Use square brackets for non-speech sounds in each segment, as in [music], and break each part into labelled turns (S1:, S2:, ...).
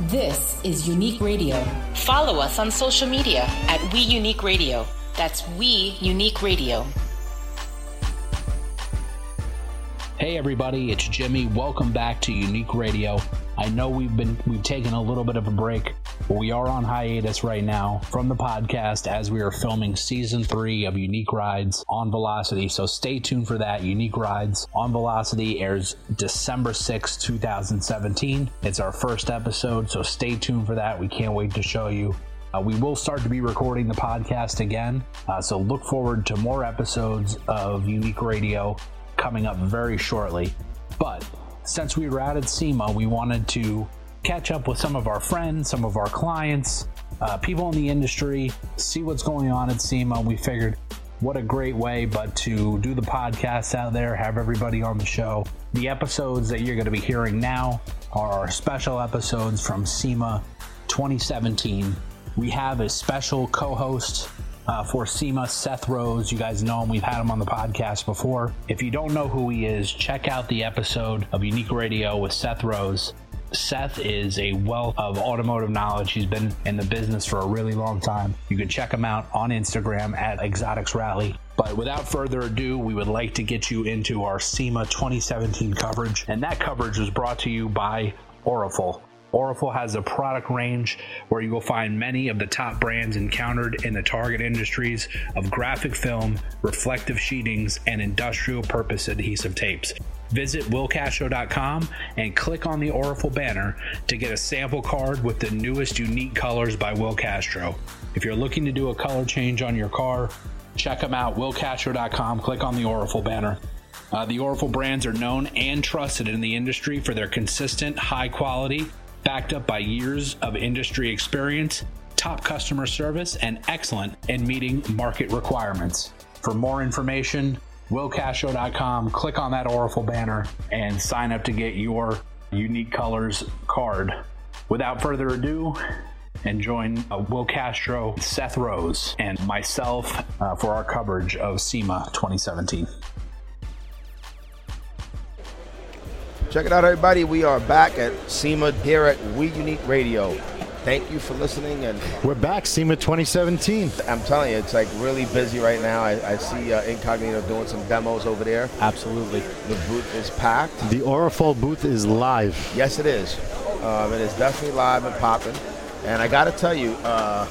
S1: This is Unique Radio. Follow us on social media at We Unique Radio. That's We Unique Radio.
S2: Hey everybody, it's Jimmy. Welcome back to Unique Radio. I know we've been we've taken a little bit of a break, but we are on hiatus right now from the podcast as we are filming season 3 of Unique Rides on Velocity. So stay tuned for that. Unique Rides on Velocity airs December sixth, two 2017. It's our first episode, so stay tuned for that. We can't wait to show you uh, we will start to be recording the podcast again, uh, so look forward to more episodes of Unique Radio coming up very shortly. But since we were out at SEMA, we wanted to catch up with some of our friends, some of our clients, uh, people in the industry, see what's going on at SEMA. We figured what a great way, but to do the podcast out there, have everybody on the show. The episodes that you're going to be hearing now are our special episodes from SEMA 2017. We have a special co host uh, for SEMA, Seth Rose. You guys know him, we've had him on the podcast before. If you don't know who he is, check out the episode of Unique Radio with Seth Rose. Seth is a wealth of automotive knowledge. He's been in the business for a really long time. You can check him out on Instagram at Exotics Rally. But without further ado, we would like to get you into our SEMA 2017 coverage, and that coverage was brought to you by Oriful. Oriful has a product range where you will find many of the top brands encountered in the target industries of graphic film, reflective sheetings, and industrial purpose adhesive tapes. Visit willcasho.com and click on the Oriful banner to get a sample card with the newest unique colors by Will Castro. If you're looking to do a color change on your car, check them out, willcastro.com, click on the Oriful banner. Uh, the Oriful brands are known and trusted in the industry for their consistent, high quality, backed up by years of industry experience, top customer service, and excellent in meeting market requirements. For more information, willcasho.com, click on that Oriful banner and sign up to get your unique colors card. Without further ado, and join uh, Will Castro, Seth Rose, and myself uh, for our coverage of SEMA 2017.
S3: Check it out, everybody. We are back at SEMA here at We Unique Radio. Thank you for listening. And
S4: We're back, SEMA 2017.
S3: I'm telling you, it's like really busy right now. I, I see uh, Incognito doing some demos over there.
S4: Absolutely.
S3: The booth is packed.
S4: The Orifol booth is live.
S3: Yes, it is. Um, it is definitely live and popping. And I got to tell you, uh,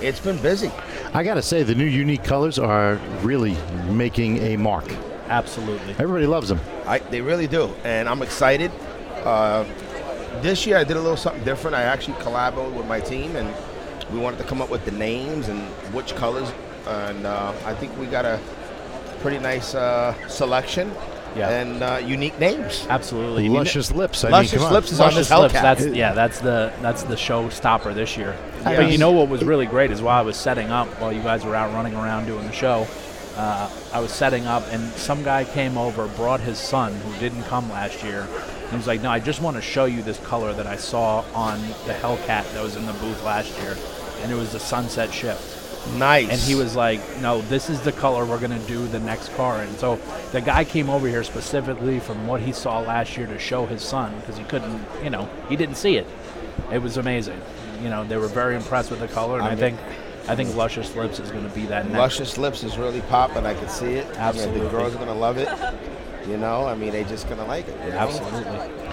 S3: it's been busy.
S4: I gotta say, the new unique colors are really making a mark.
S5: Absolutely.
S4: Everybody loves them.
S3: I, they really do, and I'm excited. Uh, this year I did a little something different. I actually collaborated with my team, and we wanted to come up with the names and which colors. And uh, I think we got a pretty nice uh, selection
S5: Yeah.
S3: and uh, unique names.
S5: Absolutely.
S4: Luscious lips. I
S3: Luscious
S4: mean, come on.
S3: lips is on
S5: Luscious
S3: this Hellcat.
S5: lips. That's yeah. That's the that's the show stopper this year.
S3: Yeah.
S5: But you know what was really great is while I was setting up, while you guys were out running around doing the show, uh, I was setting up, and some guy came over, brought his son who didn't come last year. And he was like, "No, I just want to show you this color that I saw on the Hellcat that was in the booth last year, and it was the sunset shift."
S3: nice.
S5: And he was like, "No, this is the color we're gonna do the next car." And so the guy came over here specifically from what he saw last year to show his son because he couldn't, you know, he didn't see it. It was amazing. You know, they were very impressed with the color, and I,
S3: mean-
S5: think, I think Luscious Lips is gonna be that next.
S3: Luscious lips is really popping. I can see it. I mean,
S5: Absolutely.
S3: the girls are gonna love it. You know, I mean, they just gonna like it. you know?
S5: Absolutely.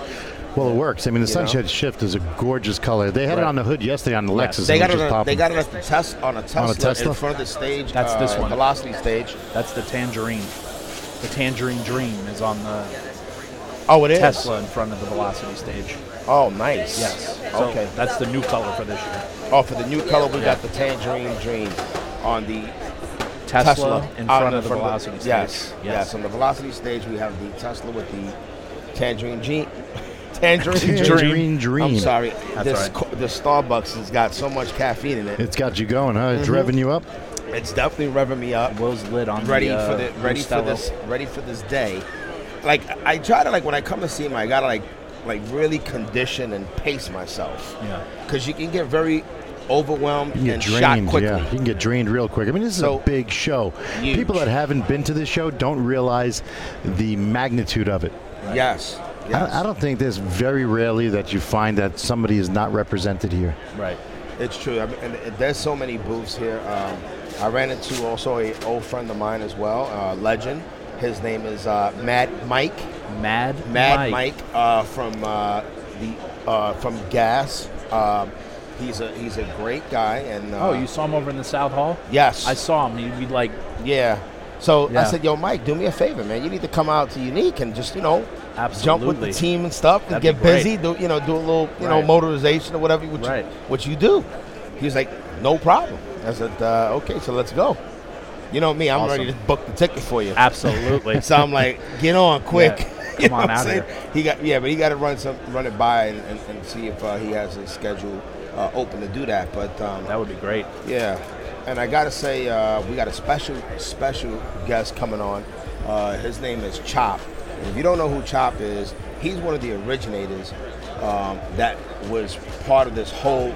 S4: Well, it works. I mean, the
S3: You know?
S4: sunset shift is a gorgeous color. They had it
S5: Right.
S4: on the hood yesterday on the
S5: Yeah.
S4: Lexus.
S3: They
S4: and
S3: got,
S4: it
S3: it
S4: was
S3: on,
S4: popping.
S3: they got it on a test on a Tesla, in
S4: Tesla?
S3: front of the stage.
S5: That's
S3: uh,
S5: this one.
S3: Velocity stage.
S5: That's the Tangerine. The Tangerine Dream is on the
S3: Oh, it is.
S5: Tesla in front of the Velocity stage.
S3: Oh, nice.
S5: Yes. So
S3: Okay.
S5: That's the new color for this year.
S3: Oh, for the new color, we got the tangerine dream on the
S5: Tesla,
S3: Tesla
S5: in
S3: out
S5: front of the Velocity stage.
S3: Yes, yes. On the velocity stage, we have the Tesla with the tangerine dream. [laughs] Tangerine,
S4: Tangerine dream.
S3: I'm sorry.
S5: all
S3: this
S5: right.
S3: co- the Starbucks has got so much caffeine in it.
S4: It's got you going, huh?
S3: Mm-hmm.
S4: It's revving you up.
S3: It's definitely revving me up.
S5: Will's lid on
S3: ready
S5: the, uh,
S3: for the ready for
S5: Bustelo.
S3: this ready for this day. Like I try to like when I come to see him, I gotta like like really condition and pace myself.
S5: Yeah.
S3: Because you can get very overwhelmed
S4: You can
S3: and
S4: get
S3: shot
S4: drained,
S3: quickly.
S4: yeah. You can get drained real quick. I mean, this is
S3: So-
S4: a big show.
S3: Huge.
S4: People that haven't been to this show don't realize the magnitude of it.
S3: Yes. Yes.
S4: I, I don't think there's very rarely that you find that somebody is not represented here.
S2: Right.
S3: It's true. I mean, and and there's so many booths here. Um, I ran into also a old friend of mine as well, uh, legend. His name is uh, Mad Mike.
S2: Mad.
S3: Mad Mike, uh, from uh, the uh, from Gas. Um, he's a he's a great guy. And uh,
S2: Oh, you saw him over in the South Hall?
S3: Yes.
S2: I saw him. He'd be like,
S3: Yeah. So I
S2: Yeah.
S3: said, "Yo, Mike, do me a favor, man. You need to come out to Unique and just, you know, jump with the
S2: Absolutely.
S3: team and stuff, and
S2: That'd be
S3: get
S2: great.
S3: busy. Do you know, do a little, you know,
S2: Right.
S3: motorization or whatever, which
S2: Right.
S3: you, what you do." He was like, "No problem." I said, uh, "Okay, so let's go." You know me, I'm ready to
S2: Awesome.
S3: book the ticket for you. [laughs]
S2: absolutely.
S3: So
S2: [laughs]
S3: I'm like, "Get on quick!"
S2: come
S3: [laughs] You know
S2: on
S3: what I'm
S2: out
S3: saying?
S2: here.
S3: He got yeah, but he got to run some run it by and, and, and see if uh, he has his schedule uh, open to do that. But um,
S2: that would be great.
S3: yeah, and I gotta say, uh, we got a special special guest coming on. Uh, his name is Chop. And if you don't know who Chop is, he's one of the originators um, that was part of this whole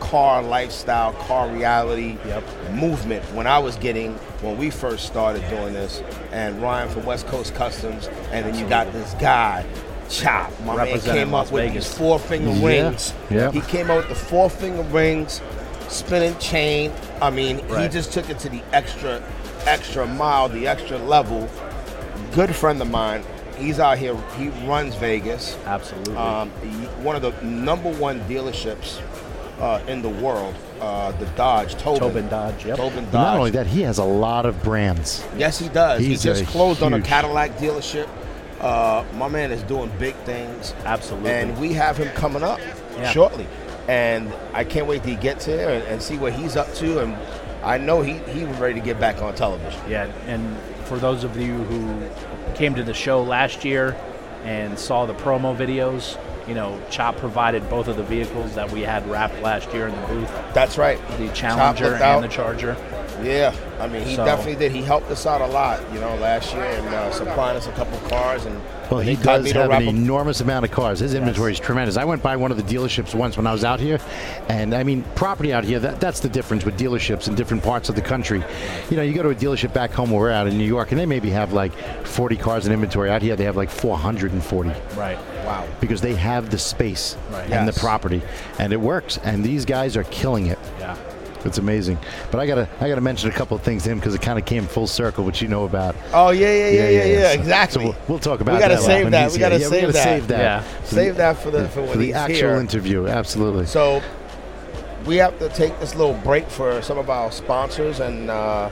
S3: car lifestyle, car reality
S2: Yep.
S3: movement when I was getting when we first started doing this. And Ryan from West Coast Customs, and then you got this guy. Chop, my man
S2: Representing
S3: came up
S2: Las
S3: with
S2: Vegas.
S3: these four finger
S4: Yeah,
S3: rings.
S4: yeah.
S3: He came out with the four finger rings, spinning chain. I mean, he
S2: Right.
S3: just took it to the extra, extra mile, the extra level. Good friend of mine. He's out here. He runs Vegas.
S2: Absolutely.
S3: Um, y- one of the number one dealerships uh, in the world, uh, the Dodge Tobin.
S2: Tobin Dodge, yep.
S3: Tobin Dodge.
S4: But not only that, he has a lot of brands.
S3: Yes, he does.
S4: He's
S3: he just
S4: a
S3: closed on a
S4: huge-
S3: Cadillac dealership. Uh, my man is doing big things.
S2: Absolutely.
S3: And we have him coming up
S2: Yeah.
S3: shortly. And I can't wait till he gets here and, and see what he's up to. And I know he, he was ready to get back on television.
S2: Yeah, and for those of you who came to the show last year and saw the promo videos, you know, Chop provided both of the vehicles that we had wrapped last year in the booth,
S3: That's right.
S2: the
S3: Chop
S2: Challenger
S3: looked out.
S2: and the Charger.
S3: Yeah, I mean, he
S2: So-
S3: definitely did. He helped us out a lot, you know, last year and uh, supplying us a couple cars. And
S4: Well, he
S3: they got
S4: does
S3: me to
S4: have
S3: wrap
S4: an
S3: 'em.
S4: enormous amount of cars. His inventory is tremendous. I went by one of the dealerships once when I was out here, and I mean, property out here, that, that's the difference with dealerships in different parts of the country. You know, you go to a dealership back home where we're out in New York, and they maybe have like 40 cars in inventory. Out here, they have like 440
S2: Right.
S3: Wow.
S4: because they have the space
S2: Right.
S4: and
S3: Yes.
S4: the property, and it works. And these guys are killing it.
S2: Yeah.
S4: It's amazing. But I gotta, I gotta mention a couple of things to him because it kind of came full circle, which you know about.
S3: Oh, yeah, yeah, yeah, yeah, yeah,
S4: So-
S3: exactly.
S4: So we'll, we'll talk about
S3: we gotta
S4: that
S3: Save
S4: when
S3: that.
S4: he's
S3: We got to
S4: here. Yeah,
S3: save
S4: gotta
S3: that.
S4: save that.
S2: Yeah.
S4: For
S3: Save
S4: the-
S3: that for the, for when
S4: for the
S3: he's
S4: actual
S3: here.
S4: interview. Absolutely.
S3: So we have to take this little break for some of our sponsors and uh,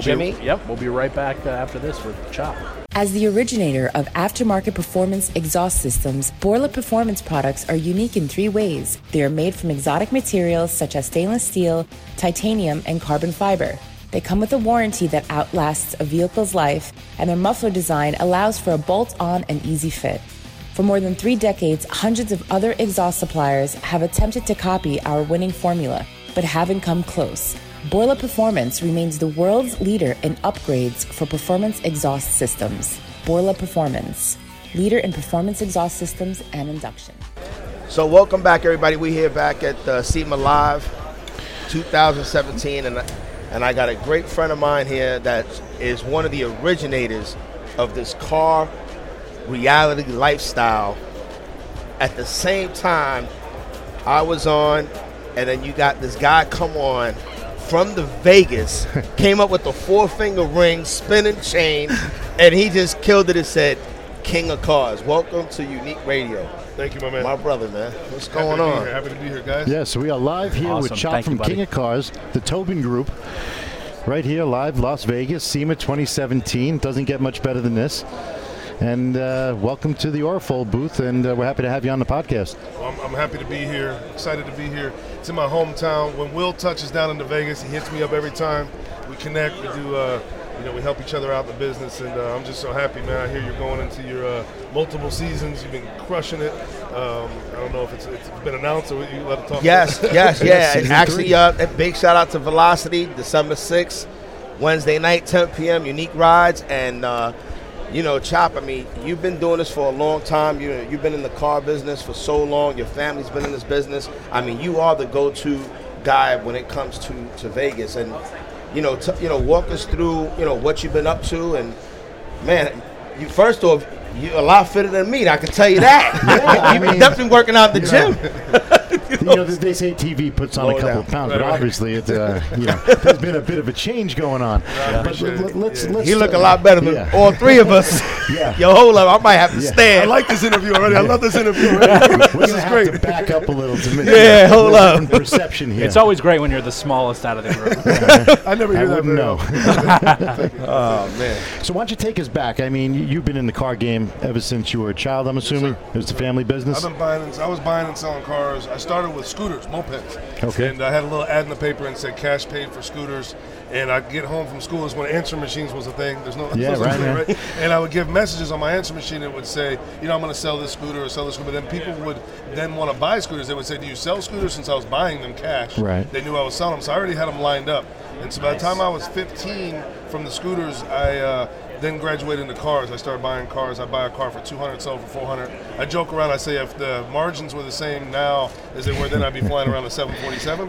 S3: Jimmy.
S2: Be, yep, we'll be right back uh, after this with Chop.
S1: As the originator of aftermarket performance exhaust systems, Borla Performance products are unique in three ways. They are made from exotic materials such as stainless steel, titanium, and carbon fiber. They come with a warranty that outlasts a vehicle's life, and their muffler design allows for a bolt on and easy fit. For more than three decades, hundreds of other exhaust suppliers have attempted to copy our winning formula, but haven't come close. Borla Performance remains the world's leader in upgrades for performance exhaust systems. Borla Performance, leader in performance exhaust systems and induction.
S3: So welcome back, everybody. We're here back at uh, SEMA Live 2017, and I- and I got a great friend of mine here that is one of the originators of this car reality lifestyle. At the same time, I was on, and then you got this guy come on from the Vegas, came up with the four finger ring, spinning chain, and he just killed it and said, "King of Cars." Welcome to Unique Radio.
S6: Thank you, my man.
S3: My brother, man. What's
S6: Happy
S3: going
S6: to be here.
S3: on?
S6: Happy to be here, guys.
S4: yeah, so we are live here
S2: Awesome.
S4: with Chop
S2: Thank you,
S4: from
S2: buddy.
S4: King of Cars, the Tobin Group, right here live, Las Vegas, SEMA 2017. Doesn't get much better than this. And uh, welcome to the Orifol booth, and uh, we're happy to have you on the podcast.
S6: Well, I'm, I'm happy to be here. Excited to be here. It's in my hometown. When Will touches down into Vegas, he hits me up every time. We connect. We do. Uh, you know, we help each other out in the business, and uh, I'm just so happy, man. I hear you're going into your uh, multiple seasons. You've been crushing it. Um, I don't know if it's, it's been announced or you let it talk.
S3: Yes,
S6: [laughs]
S3: yes, yeah. And
S4: season
S3: actually,
S4: three.
S3: uh, a big shout out to Velocity, December 6th, Wednesday night, 10 p.m., Unique Rides. And, uh, you know, Chop, I mean, you've been doing this for a long time. You, you've been in the car business for so long. Your family's been in this business. I mean, you are the go to guy when it comes to, to Vegas. And, you know, t- you know, walk us through, you know, what you've been up to. And, man, You first off, you're a lot fitter than me. I can tell you that. [laughs]
S4: I
S3: You've
S4: mean-
S3: definitely working out at the gym.
S4: you know, they say TV puts on
S3: Slow
S4: a
S3: it
S4: couple
S3: down.
S4: of pounds,
S6: Right,
S4: but
S6: right.
S4: obviously, it's
S6: [laughs]
S4: uh, you know, there's been a bit of a change going on. but
S6: appreciate
S4: let-
S6: it.
S4: let's,
S6: Yeah.
S4: let's
S3: He look a
S4: uh,
S3: lot better than
S4: yeah.
S3: all three of us.
S4: [laughs] Yeah.
S3: Yo, hold up. I might have to
S4: Yeah.
S6: I
S3: stand.
S6: like this interview already. I love this interview already.
S4: We're
S6: is
S4: gonna have to
S6: great.
S4: back up a little
S6: [laughs]
S4: to me.
S3: Yeah, hold up.
S4: Perception here.
S2: It's always great when you're the smallest out of the
S3: [laughs]
S2: group.
S6: I never
S4: I
S6: hear
S4: wouldn't
S6: that. very
S4: know.
S6: often.
S4: [laughs]
S6: [laughs]
S3: oh man.
S4: So why don't you take us back? I mean, you- you've been in the car game ever since you were a child. I'm assuming it was a family
S6: I've
S4: business.
S6: been buying and I was buying and selling cars. I started with scooters, mopeds.
S4: Okay.
S6: And I had a little ad in the paper and said cash paid for scooters. And I'd get home from school is when answer machines was a thing. [laughs] There's no
S4: Yeah, right, man.
S6: And I would give messages on my answer machine that would say, you know, I'm going to sell this scooter or sell this scooter. But then people would then want to buy scooters. They would say, do you sell scooters? Since I was buying them cash,
S4: Right.
S6: They knew I was selling them, so I already had them lined up. And so by the time I was 15 from the scooters, I uh, then graduated into cars. I started buying cars. I buy a car for 200, sell for 400. I joke around. I say if the margins were the same now as they were then, I'd be flying around a 747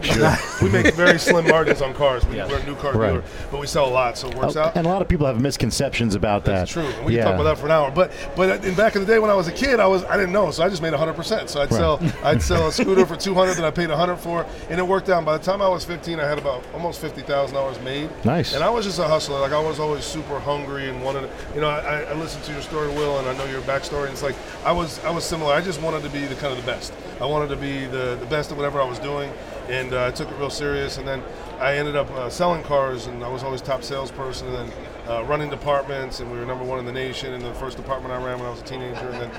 S4: [laughs]
S6: because we make very slim margins on cars. We, We're a new car
S4: Right. Oh,
S6: dealer, but we sell a lot, so it works out.
S4: And a lot of people have misconceptions about
S6: That's
S4: that.
S6: true. And we can talk about that for an hour. But but in back in the day when I was a kid, I was I didn't know, so I just made 100. percent So I'd sell I'd sell
S4: [laughs]
S6: a scooter for 200 that I paid 100 for, and it worked out. By the time I was 15, I had about almost 50 thousand dollars made.
S4: Nice.
S6: And I was just a hustler. Like I was always super hungry and wanted. You know, I, I listened to your story, Will, and I know your backstory. And it's like I was I was similar. I just wanted to be the kind of the best. I wanted to be the the best at whatever I was doing, and uh, I took it real serious. And then I ended up uh, selling cars, and I was always top salesperson. And then uh, running departments, and we were number one in the nation in the first department I ran when I was a teenager. And then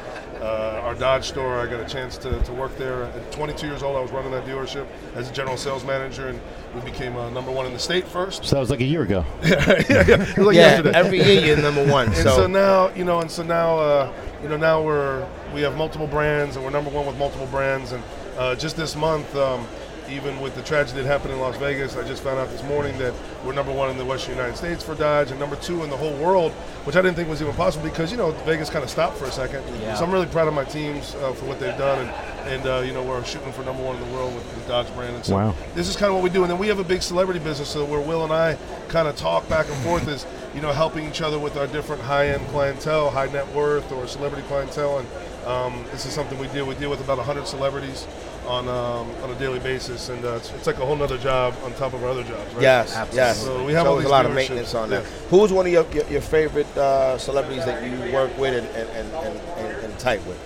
S6: uh, our Dodge store, I got a chance to, to work there. At 22 years old, I was running that dealership as a general sales manager, and we became uh, number one in the state first.
S4: So that was like a year
S6: [laughs]
S4: ago.
S6: It was like
S3: yeah.
S6: yesterday.
S3: Every year you're number one.
S6: And so,
S3: So,
S6: now, you know, and so now, uh, you know, now we're we have multiple brands, and we're number one with multiple brands. And uh, just this month, um, even with the tragedy that happened in Las Vegas, I just found out this morning that we're number one in the Western United States for Dodge, and number two in the whole world, which I didn't think was even possible because you know Vegas kind of stopped for a second. So I'm really proud of my teams uh, for what they've done, and and uh, you know we're shooting for number one in the world with, with Dodge brand. And so
S4: Wow.
S6: this is kind of what we do. And then we have a big celebrity business, so where Will and I kind of talk back and forth is, you know, helping each other with our different high-end clientele, high net worth or celebrity clientele. And um, this is something we deal. We deal with about 100 celebrities on um, on a daily basis, and uh, it's, it's like a whole nother job on top of our other jobs. Right?
S3: yes, yes.
S6: So we have
S3: So
S6: all
S3: there's
S6: these
S3: a lot of
S6: dealerships.
S3: maintenance on that.
S6: Yeah.
S3: Who's one of your, your, your favorite uh, celebrities that you work with and and, and, and, and, and tight with?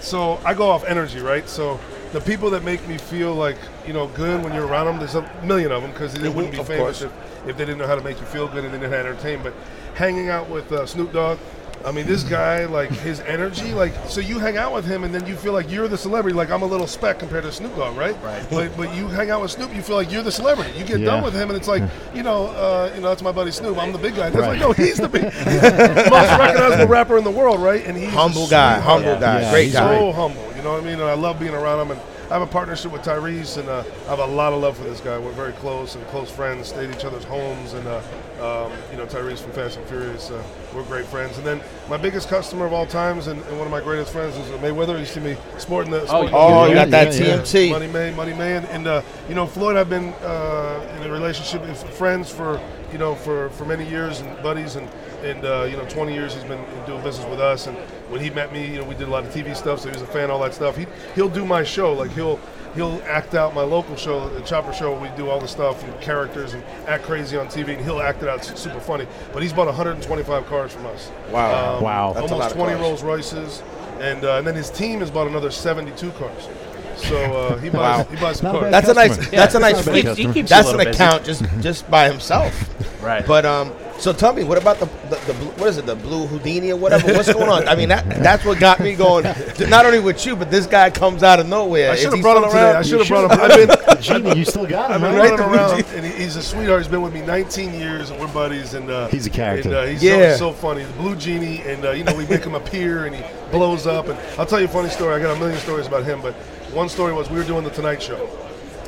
S6: so I go off energy, right? So the people that make me feel like you know good when you're around them, there's a million of them because they
S3: Mhm,
S6: wouldn't be
S3: of
S6: famous
S3: course.
S6: if, if they didn't know how to make you feel good and they didn't know how to entertain. But hanging out with uh, Snoop Dogg, I mean, this guy like his energy, like so you hang out with him and then you feel like you're the celebrity. Like I'm a little speck compared to Snoop Dogg, right? Right. But but you hang out with Snoop, you feel like you're the celebrity. You get
S4: Yeah.
S6: done with him and it's like you know uh, you know that's my buddy Snoop. I'm the big guy. That's
S4: Right.
S6: like no, he's the big, [laughs] he's the most recognizable rapper in the world, right? And he's a
S3: Humble guy,
S6: sweetheart.
S3: humble guy,
S4: Yeah,
S3: great
S4: he's
S3: guy.
S6: So humble, you know what I mean? And I love being around him. And I have a partnership with Tyrese, and uh, I have a lot of love for this guy. We're very close and close friends. Stayed at each other's homes, and uh, um, you know Tyrese from Fast and Furious, uh, we're great friends. And then my biggest customer of all times, and, and one of my greatest friends, is Mayweather. You see me sporting the sporting the-
S3: Oh, you
S4: Yeah,
S3: got that
S4: yeah, yeah.
S3: TMT.
S6: Money May, Money May, and, and uh, you know Floyd. I've been uh, in a relationship, with friends for you know for, for many years and buddies, and and uh, you know 20 years he's been doing business with us. And when he met me, you know we did a lot of TV stuff, so he was a fan, all that stuff. He he'll do my show, like he'll he'll act out my local show, the Chopper Show. We do all the stuff and characters and act crazy on TV, and he'll act it out It's super funny. But he's bought 125 cars from us. Um,
S3: Wow.
S4: Wow. That's
S3: a lot
S6: Almost
S3: of
S6: 20
S3: cars.
S6: Rolls Royces, and uh, and then his team has bought another 72 cars. So uh, he buys
S3: [laughs] Wow.
S6: he buys some
S4: Not
S6: cars.
S4: bad.
S3: That's a nice.
S4: Customer.
S3: That's a nice.
S4: not a bad
S3: fleet.
S4: customer. He
S2: keeps a
S3: that's an
S2: little busy.
S3: account just just by himself.
S4: [laughs]
S2: Right.
S3: But um. So tell me, what about the, the, the blue, what is it the blue Houdini or whatever? What's going on? I mean, that that's what got me going. Not only with you, but this guy comes out of nowhere.
S6: I
S3: Is
S6: should
S3: he
S6: have brought
S3: still
S6: him today.
S3: around?
S6: I should have brought him. I've been
S4: The [laughs] genie, you still got
S6: [laughs] I've
S4: him,
S6: been
S4: right?
S6: running
S3: the
S4: [laughs]
S6: around,
S3: Ouija.
S6: and he- he's a sweetheart. He's been with me 19 years, and we're buddies. And uh,
S4: He's a character.
S6: And, uh, he's
S3: Yeah.
S6: so, so funny. The Blue Genie, and uh, you know we make him appear, and he blows up. And I'll tell you a funny story. I got a million stories about him, but one story was we were doing the Tonight Show.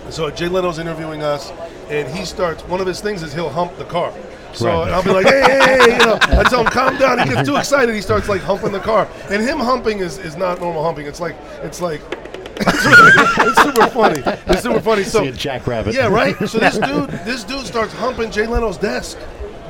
S6: And So Jay Leno's interviewing us, and he starts. One of his things is he'll hump the car. So
S4: Right.
S6: and I'll be like, hey, hey, hey, you know, I tell him calm down. He gets too excited. He starts like humping the car, and him humping is, is not normal humping. It's like it's like [laughs] it's super funny. It's super funny. So
S4: See a jackrabbit. [laughs]
S6: Yeah, right. So this dude, this dude starts humping Jay Leno's desk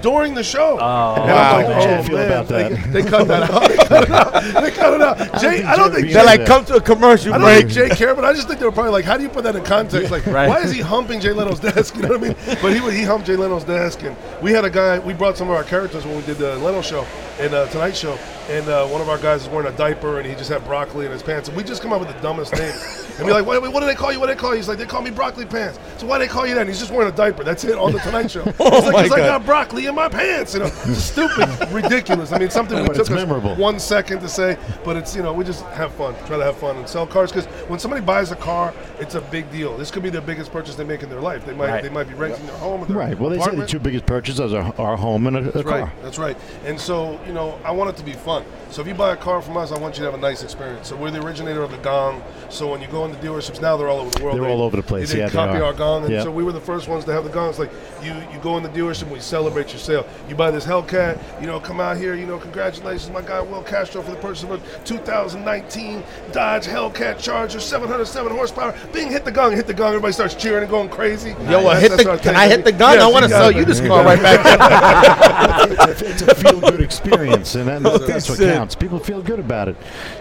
S6: during the show. Oh, and
S4: Wow.
S6: I was
S4: How
S6: like,
S4: did Jen
S6: oh,
S4: feel
S6: man.
S4: about that?
S6: They, they cut that out. [laughs] They cut it out. They cut it out. Jay, I don't think
S4: Jen
S6: Jay-
S4: reacted.
S7: They're like, come to a commercial
S6: I don't
S7: break.
S6: think Jay cared, but I just think they were probably like, how do you put that in context? Like,
S2: right.
S6: why is he humping Jay Leno's desk? You know what I mean? But he would- he humped Jay Leno's desk, and we had a guy. We brought some of our characters when we did the Leno show and uh, Tonight Show, and uh, one of our guys was wearing a diaper, and he just had broccoli in his pants, and we just come up with the dumbest names. And we're like, wait, wait, what do they call you? What do they call you? He's like, they call me broccoli pants. So why do they call you that? And he's just wearing a diaper. That's it on the Tonight
S7: [laughs]
S6: Show. It's like,
S7: Oh my
S6: 'cause I
S7: God.
S6: got broccoli in my pants. You know, stupid, ridiculous. I mean, something we
S7: But
S6: took
S7: it's
S6: us
S7: memorable.
S6: one second to say, but it's you know we just have fun, try to have fun and sell cars because when somebody buys a car, it's a big deal. This could be their biggest purchase they make in their life. They might
S2: Right.
S6: they might be renting their home. Or their
S4: Right. Well, they say the
S6: apartment.
S4: two biggest purchases are our home and a, a
S6: That's
S4: car.
S6: right. That's right. And so, you know, I want it to be fun. So if you buy a car from us, I want you to have a nice experience. So we're the originator of the gong. So when you go into dealerships now, they're all over the world.
S4: They're all over the place.
S6: They
S4: Yeah, they
S6: copy
S4: are.
S6: our gong, and
S4: Yeah.
S6: so we were the first ones to have the gongs. Like you, you go in the dealership, we celebrate your sale. You buy this Hellcat, you know, come out here, you know, congratulations, my guy Will Castro for the purchase of a 2019 Dodge Hellcat Charger, 707 horsepower. Bing, hit the gong, hit the gong. Everybody starts cheering and going crazy.
S7: Yo,
S6: That's-
S7: hit
S6: that's
S7: the,
S6: our
S7: can
S6: thing.
S7: I hit the gun?
S6: Yes,
S7: I want to
S6: got
S7: sell
S6: it.
S7: you this
S6: got
S7: car
S6: it.
S7: right back.
S4: it's a feel good experience, and that, that's what
S7: That's it.
S4: counts. People feel good about it.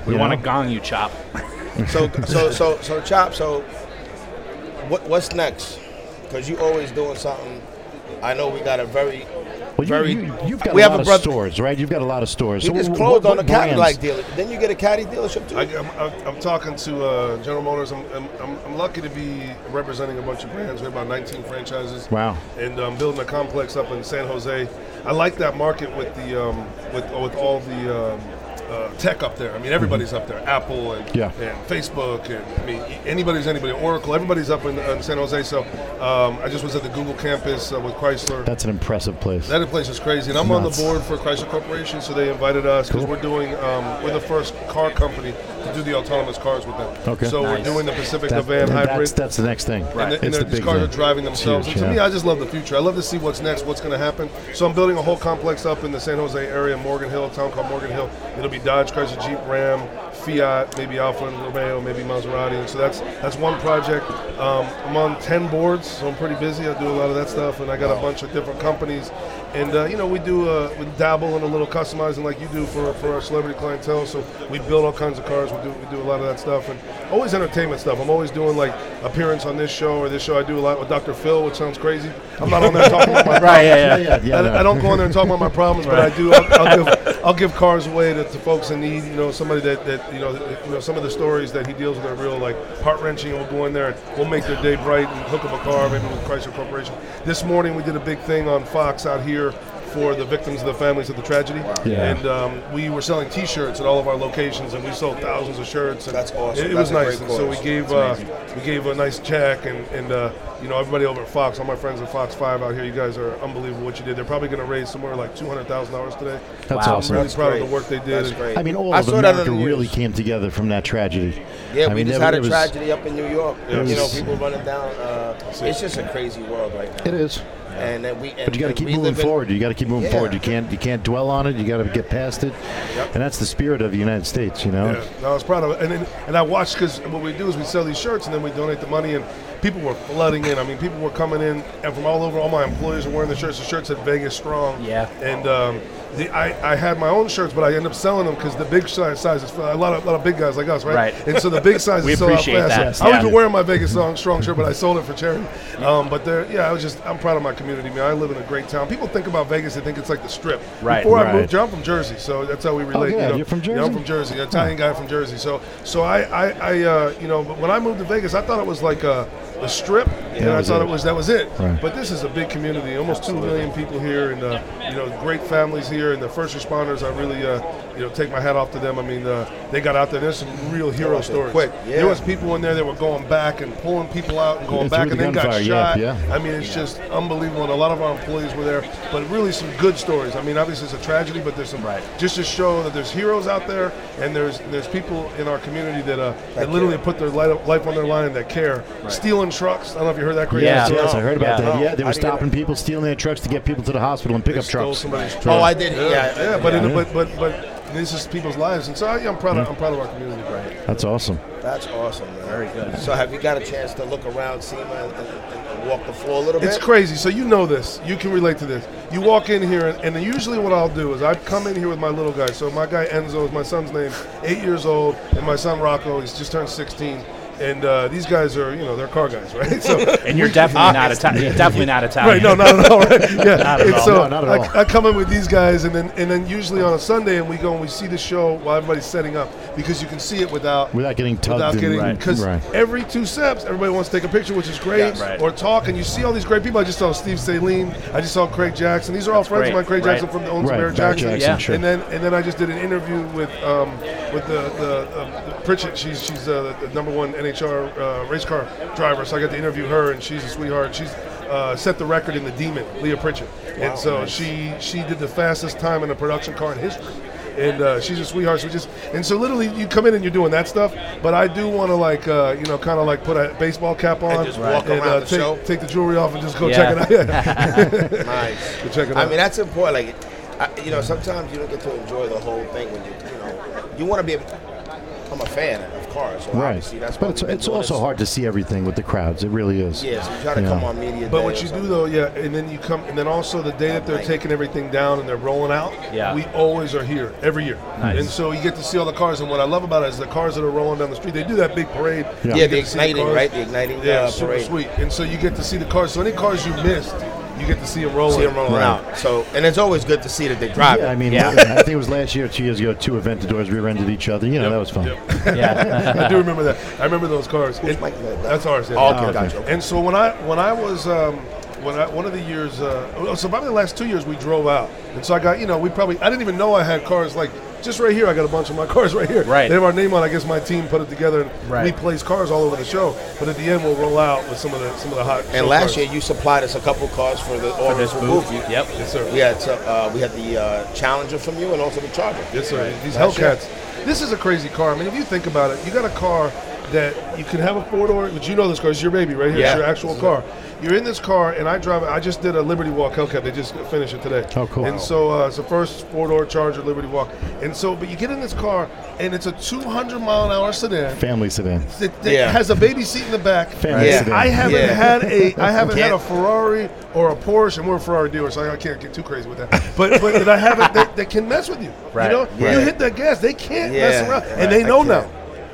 S2: We
S4: you
S2: want to
S4: know?
S2: gong you, chop.
S3: So, so, so, so, Chop. So, what, what's next? Because you always doing something. I know we got a very,
S4: Well,
S3: very.
S4: you, you, you've got
S3: we
S4: a
S3: have
S4: lot
S3: a
S4: of
S3: brother.
S4: stores, right? You've got a lot of stores.
S3: He
S4: So
S3: just
S4: what-
S3: closed
S4: what-
S3: on a
S4: what brands-
S3: Cadillac dealership. Then you get a Caddy dealership too.
S6: I, I'm, I'm- I'm talking to uh, General Motors. I'm, I'm, I'm- I'm lucky to be representing a bunch of brands. We have about 19 franchises.
S4: Wow.
S6: And um, building a complex up in San Jose. I like that market with the um, with with all the um, uh, tech up there. I mean, everybody's up there. Apple and
S4: Yeah.
S6: and Facebook and I mean anybody's anybody. Oracle. Everybody's up in, in San Jose. So um, I just was at the Google campus uh, with Chrysler.
S4: That's an impressive place.
S6: That place is crazy, and I'm
S4: Nuts.
S6: on the board for Chrysler Corporation, so they invited us because we're doing um, we're the first car company to do the autonomous cars with them.
S4: Okay.
S6: So
S2: Nice.
S6: we're doing the Pacific
S4: That-
S6: Navan hybrid.
S4: that's, that's the next thing.
S6: and, the, and
S4: It's
S6: they're-
S4: the
S6: these
S4: big
S6: cars
S4: thing.
S6: are driving
S4: It's
S6: themselves.
S4: huge,
S6: and to me,
S4: yeah.
S6: I just love the future. I love to see what's next, what's going to happen. So I'm building a whole complex up in the San Jose area, Morgan Hill, a town called Morgan Hill. It'll be Dodge, Chrysler, Jeep, Ram, Fiat, maybe Alfa and Romeo, maybe Maserati. And so that's that's one project. Um, I'm on 10 boards, so I'm pretty busy. I do a lot of that stuff, and I got a bunch of different companies. And uh, you know, we do uh, we dabble in a little customizing like you do for, for our celebrity clientele. So we build all kinds of cars. We do we do a lot of that stuff, and always entertainment stuff. I'm always doing like appearance on this show or this show. I do a lot with Dr. Phil, which sounds crazy. I'm not on there talking about my
S2: Right, yeah,
S4: Yeah, yeah,
S6: I,
S4: no.
S6: I don't go in there and talk about my problems, but I do. I'll, I'll, give, I'll give cars away to, to folks in need. You know, somebody that, that you know, that- you know, some of the stories that he deals with are real, like heart wrenching. We'll go in there and we'll make their day bright and hook up a car, maybe with Chrysler Corporation. This morning we did a big thing on Fox out here for the victims of the families of the tragedy,
S4: Yeah.
S6: and um, we were selling T-shirts at all of our locations, and we sold thousands of shirts. And
S3: That's awesome.
S6: It, it
S3: That's
S6: was
S3: a
S6: nice,
S3: great
S6: and so we
S3: cause.
S6: gave uh, we gave a nice check, and and uh, you know everybody over at Fox, all my friends at Fox Five out here, you guys are unbelievable what you did. They're probably going to raise somewhere like two hundred thousand dollars today.
S4: That's
S2: Wow.
S6: I'm
S4: awesome.
S6: really proud
S3: great.
S6: of the work they did.
S3: That's great.
S4: I mean, all
S3: I
S4: of
S3: saw that on
S4: America
S3: the news.
S4: really came together from that tragedy.
S3: Yeah,
S4: I
S3: we
S4: mean,
S3: just
S4: there-
S3: had a
S4: there was-
S3: tragedy up in New York. You know,
S4: was-
S3: people running down. Uh, it's just a crazy world right now.
S4: It is,
S3: And that we. And,
S4: but you got to
S3: and
S4: keep
S3: we
S4: moving
S3: live in-
S4: forward. You got to keep moving
S3: Yeah.
S4: forward. You can't you can't dwell on it. You got to get past it, and that's the spirit of the United States. You know,
S6: Yeah, no, I was proud of it. And then, and I watched because what we do is we sell these shirts and then we donate the money. And people were flooding in. I mean, people were coming in and from all over. All my employees are wearing the shirts. The shirts at Vegas Strong.
S2: Yeah.
S6: And um, the, I, I had my own shirts, but I ended up selling them because the big size sizes. A lot of a lot of big guys like us, right?
S2: Right.
S6: And so the big sizes
S2: We
S6: sell out
S2: appreciate
S6: fast.
S2: that. Yes,
S6: I was
S2: yeah.
S6: wearing my Vegas Strong, strong shirt, but I sold it for charity. Um, but there, yeah, I was just I'm proud of my community. Man, I live in a great town. People think about Vegas, they think it's like the Strip.
S2: Right,
S6: Before
S4: right.
S6: I moved, here, I'm from Jersey, so that's how we relate.
S4: yeah,
S6: you know.
S4: you're from
S6: Yeah, I'm
S4: Jersey?
S6: from Jersey, an Italian guy from Jersey. So, so I, I, I uh, you know, but when I moved to Vegas, I thought it was like a, a strip, and
S4: that
S6: I
S4: was
S6: thought
S4: it.
S6: it was that was it.
S4: Right.
S6: But this is a big community, almost two million people here, and uh, you know, great families here, and the first responders. I really, uh, you know, take my hat off to them. I mean, uh, they got out there. There's some real hero stories.
S3: quick, yeah.
S6: There was people in there that were going back and pulling people out and going
S4: It's
S6: back,
S4: really
S6: and then got
S4: gunfire, yeah,
S6: shot.
S4: yeah.
S6: I mean, it's just unbelievable, and a lot of our employees were there. But really, some good stories. I mean, obviously, it's a tragedy, but there's some
S2: Right.
S6: just to show that there's heroes out there, and there's there's people in our community that uh, that literally put their li- life on their line and that care. Stealing trucks. I don't know if you heard that crazy
S2: Yeah.
S6: story.
S4: yes, I heard about
S2: Yeah.
S4: that. Yeah, they
S3: I
S4: were
S3: didn't
S4: stopping people, stealing their trucks to get people to the hospital and pick up
S6: Stole
S4: trucks.
S6: somebody's truck.
S3: Oh, I did. Yeah,
S6: Yeah,
S3: yeah.
S6: but, it- but but but this is people's lives, and so I, I'm proud. Of, I'm proud of our community. Right.
S4: That's awesome.
S3: That's awesome, man.
S2: Very good.
S3: So have you got a chance to look around, see him, and, and- and walk the floor a little
S6: It's
S3: bit?
S6: crazy. So you know this. You can relate to this. You walk in here, and, and usually what I'll do is I come in here with my little guy. So my guy Enzo is my son's name, eight years old, and my son Rocco, he's just turned 16. And uh, these guys are, you know, they're car guys, [laughs] right? So
S2: And you're
S6: [laughs]
S2: definitely not Italian. You're definitely not Italian.
S6: Right, no, not at all.
S2: [laughs]
S6: Right? Yeah,
S2: Not at
S6: and
S2: all.
S6: so
S4: No, not at all.
S6: I, I come in with these guys, and then and then usually on a Sunday, and we go and we see the show while everybody's setting up because you can see it without
S4: Without getting tugged
S6: without
S4: in,
S6: getting
S4: right,
S6: because
S4: right.
S6: every two steps, everybody wants to take a picture, which is great,
S2: Yeah, right.
S6: or talk, and you see all these great people. I just saw Steve Saline, I just saw Craig Jackson. These are all friends
S2: great,
S6: of mine. Craig
S2: right.
S6: Jackson from the Owns
S4: Right,
S6: Bear
S4: Barrett
S6: Jackson,
S4: Jackson,
S2: Yeah.
S4: sure.
S6: and then and then I just did an interview with um, with the the, um, the Pritchett. She's she's uh, the number one NHR uh, race car driver, so I got to interview her, and she's a sweetheart. She's uh, set the record in the Demon, Leah Pritchett, and so she she did the fastest time in a production car in history. And uh, she's a sweetheart. So we just and so literally, you come in and you're doing that stuff. But I do want to like uh, you know, kind of like put a baseball cap on
S3: just walk
S6: and,
S3: around
S6: uh,
S3: the
S6: take,
S3: show.
S6: take the jewelry off and just go
S2: Yeah.
S6: check it
S4: [laughs]
S6: out. [laughs]
S3: Nice.
S6: Go check it
S3: I
S6: out.
S3: mean, that's important. Like, I, you know, sometimes you don't get to enjoy the whole thing when you, you know, you want to be. able I'm a fan of cars, so
S4: Right.
S3: obviously that's. why
S4: But it's,
S3: we've been
S4: it's
S3: doing
S4: also
S3: this.
S4: hard to see everything with the crowds. It really is.
S3: Yeah, so you try to
S4: Yeah.
S3: come on media.
S6: But
S3: day
S6: what
S3: or
S6: you do
S3: something.
S6: though, yeah, and then you come, and then also the day that they're
S3: Right.
S6: taking everything down and they're rolling out,
S2: Yeah.
S6: we always are here every year.
S2: Nice.
S6: And so you get to see all the cars, and what I love about it is the cars that are rolling down the street. They do that big parade.
S4: Yeah.
S6: You
S4: Yeah,
S6: get
S3: the
S6: to see
S3: igniting,
S6: cars.
S3: right? The igniting,
S6: Yeah,
S3: uh,
S6: super
S3: parade.
S6: sweet. And so you get to see the cars. So any cars you missed, you get to see them rolling.
S3: see them rolling
S4: Right.
S3: out. So, and it's always good to see that they drive.
S4: Yeah, I mean,
S2: Yeah.
S4: I think it was last year, or two years ago, two Aventadors rear-ended each other. You know, that was fun.
S2: Yeah.
S6: I do remember that. I remember those cars. And-
S3: Mike Led?
S6: that's ours. Yeah.
S3: Oh, okay, gotcha.
S6: And so when I when I was um, when I, one of the years, uh, oh, so probably the last two years we drove out, and so I got you know we probably I didn't even know I had cars like just right here. I got a bunch of my [laughs] cars right here.
S2: Right.
S6: They have our name on. I guess my team put it together. and
S2: Right.
S6: We place cars all over the show, but at the end we'll roll out with some of the some of the hot. show
S3: And last
S6: cars.
S3: year you supplied us a couple cars for the
S2: For
S3: for
S2: this booth. Yep.
S6: yes sir,
S3: We had some, uh, we had the uh, Challenger from you and also the Charger.
S6: yes sir. These
S3: Last year.
S6: Hellcats. This is a crazy car. I mean, if you think about it, you got a car that you can have a four door, which you know this car is your baby right here.
S3: Yeah.
S6: It's your actual car. You're in this car, and I drive. it. I just did a Liberty Walk Hellcat. They just finished it today.
S4: Oh, cool.
S6: And so uh, it's the first four door Charger Liberty Walk. And so, but you get in this car, and it's a 200 mile an hour sedan.
S4: Family sedan.
S6: That, that
S3: Yeah.
S6: has a baby seat in the back.
S4: Family
S3: Yeah.
S4: sedan.
S6: I haven't
S3: Yeah.
S6: had a
S3: [laughs]
S6: I haven't had a
S3: Can't-
S6: Ferrari or a Porsche, and we're a Ferrari dealer, so I can't get too crazy with that. But but that I haven't they, they can mess with you.
S2: Right.
S6: You know, you
S3: Right.
S6: hit that gas, they can't mess
S3: Yeah.
S6: around,
S3: Right.
S6: and they
S3: They
S6: know
S3: can't.
S6: now.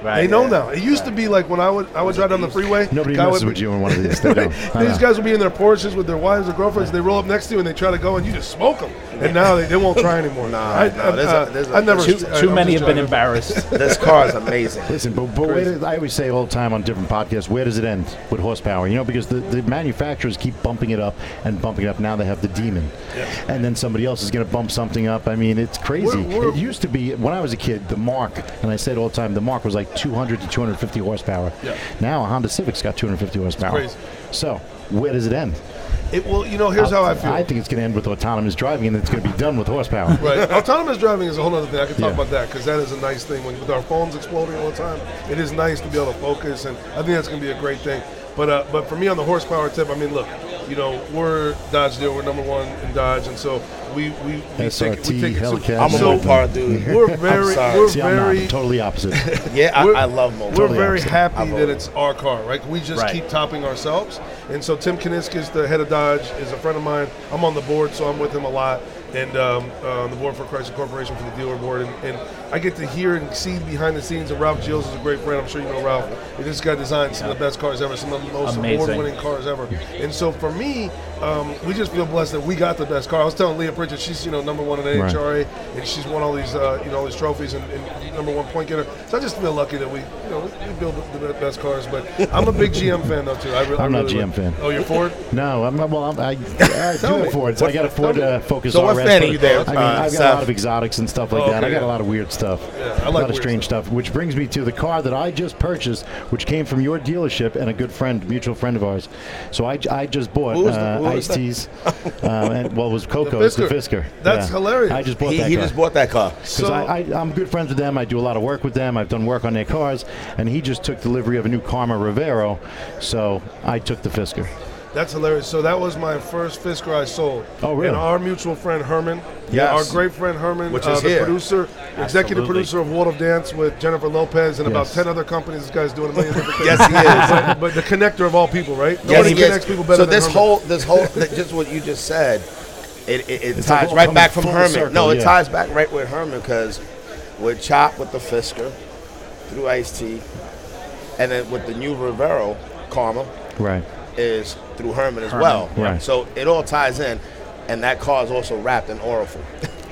S2: Right.
S6: They know
S2: Yeah.
S6: now. It used to be like when I would I would drive down the freeway.
S4: Nobody
S6: guy
S4: messes
S6: would
S4: with you in one of these. They don't. I
S6: [laughs] these
S4: know.
S6: guys would be in their Porsches with their wives or girlfriends. They roll up next to you and they try to go, and you just smoke them. And now they, they won't try anymore.
S3: [laughs] Nah,
S6: I,
S3: nah,
S6: I,
S3: there's a-
S6: uh,
S3: there's a-
S6: I never.
S2: Too,
S6: I-
S2: too
S6: I'm
S2: many
S6: just
S2: have been
S6: trying to- [laughs]
S2: embarrassed.
S3: [laughs] This car is amazing.
S4: Listen, but, but where does- I always say all the time on different podcasts, where does it end with horsepower? You know, because the, the manufacturers keep bumping it up and bumping it up. Now they have the Demon. And then somebody else is going to bump something up. I mean, it's crazy.
S6: We're- we're-
S4: it used to be, when I was a kid, the mark, and I said all the time, the mark was like 200 to 250 horsepower.
S6: Yeah.
S4: Now a Honda Civic's got 250 horsepower.
S6: crazy.
S4: So, where does it end?
S6: It, well, you know, here's how I feel.
S4: I think it's going to end with autonomous driving and it's going to be done with horsepower.
S6: Right. [laughs] Autonomous driving is a whole other thing. I could talk
S4: Yeah.
S6: about that because that is a nice thing. When with our phones exploding all the time, it is nice to be able to focus, and I think that's going to be a great thing. But uh, but for me on the horsepower tip, I mean, look, you know, we're Dodge deal. We're number one in Dodge, and so we we, we take,
S4: SRT,
S6: we take it
S4: Hellcat.
S6: to,
S3: I'm a
S4: So-
S3: Mopar dude.
S6: [laughs] We're very
S3: sorry.
S6: we're
S4: See, I'm not. I'm
S6: very
S4: totally
S6: [laughs]
S4: opposite.
S3: yeah, I,
S6: we're-
S3: I love Mopar.
S6: We're
S4: Totally
S6: very
S4: opposite.
S6: happy
S3: I've
S6: that
S3: always-
S6: it's our car, right? We just
S2: Right.
S6: keep topping ourselves. And so Tim Kanisk is the head of Dodge, is a friend of mine. I'm on the board, so I'm with him a lot, and um, uh, on the board for Chrysler Corporation for the dealer board. And, and I get to hear and see behind the scenes. And Ralph Gilles is a great friend. I'm sure you know Ralph. And this guy designed some of the best cars ever, some of the most
S2: Amazing.
S6: award-winning cars ever. And so for me, um, we just feel blessed that we got the best car. I was telling Leah Pritchard, she's you know number one in
S4: Right.
S6: NHRA. NHRA, and she's won all these uh, you know all these trophies and, and number one point getter. So I just feel lucky that we you know we build the, the best cars. But I'm a big GM fan though too. I re- I
S4: I'm not
S6: really
S4: GM
S6: like-
S4: fan.
S6: Oh, you're Ford.
S4: No, I'm well. I'm, I, I
S3: [laughs]
S4: do
S6: me.
S4: have Fords. I got a Ford
S6: tell me.
S4: uh, Focus
S3: So what
S4: RS,
S3: fan are
S4: but
S3: you there,
S4: I
S3: uh,
S4: mean, I've got a lot
S3: Seth?
S4: of exotics and stuff like
S6: Oh,
S4: that. I
S6: okay,
S4: got
S6: yeah.
S4: a lot of weird stuff.
S6: Yeah, I
S4: a
S6: like
S4: lot of
S6: weird
S4: strange stuff. Which brings me to the car that I just purchased, which came from your dealership and a good friend, mutual friend of ours. So I, I just bought
S3: Who was the-
S4: uh,
S3: who was
S4: Ice
S3: that? [laughs]
S4: T's, um, and well, it was Coco's the
S6: Fisker.
S4: Fisker.
S6: That's hilarious.
S4: I just bought
S3: He,
S4: that
S3: he
S4: car.
S3: just bought that car.
S4: Because
S6: So-
S4: I, I, I'm good friends with them. I do a lot of work with them. I've done work on their cars, and he just took delivery of a new Karma Rivero, so I took the Fisker.
S6: That's hilarious. So that was my first Fisker I sold.
S4: Oh, really?
S6: And our mutual friend Herman.
S3: Yes.
S6: Our great friend Herman,
S3: Which
S6: uh,
S3: is
S6: the
S3: here.
S6: producer, executive
S2: Absolutely.
S6: producer of World of Dance with Jennifer Lopez and about
S4: Yes.
S6: ten other companies. This guy's doing a
S3: [laughs]
S6: million different things.
S3: Yes, he is.
S6: but, but the connector of all people, right?
S3: Yes,
S6: Nobody
S3: yes.
S6: connects people better
S3: so
S6: than
S3: this
S6: Herman.
S3: whole, this whole, that- just what you just said, it, it, it
S4: It's like
S3: ties
S4: all
S3: right
S4: coming
S3: back from
S4: full
S3: Herman.
S4: circle,
S3: no, it
S4: yeah.
S3: ties back right with Herman because with Chop with the Fisker, through Ice T, and then with the new Rivero Karma
S4: Right.
S3: is through Herman as well.
S4: right.
S3: So it all ties in, and that car is also wrapped in Oracle.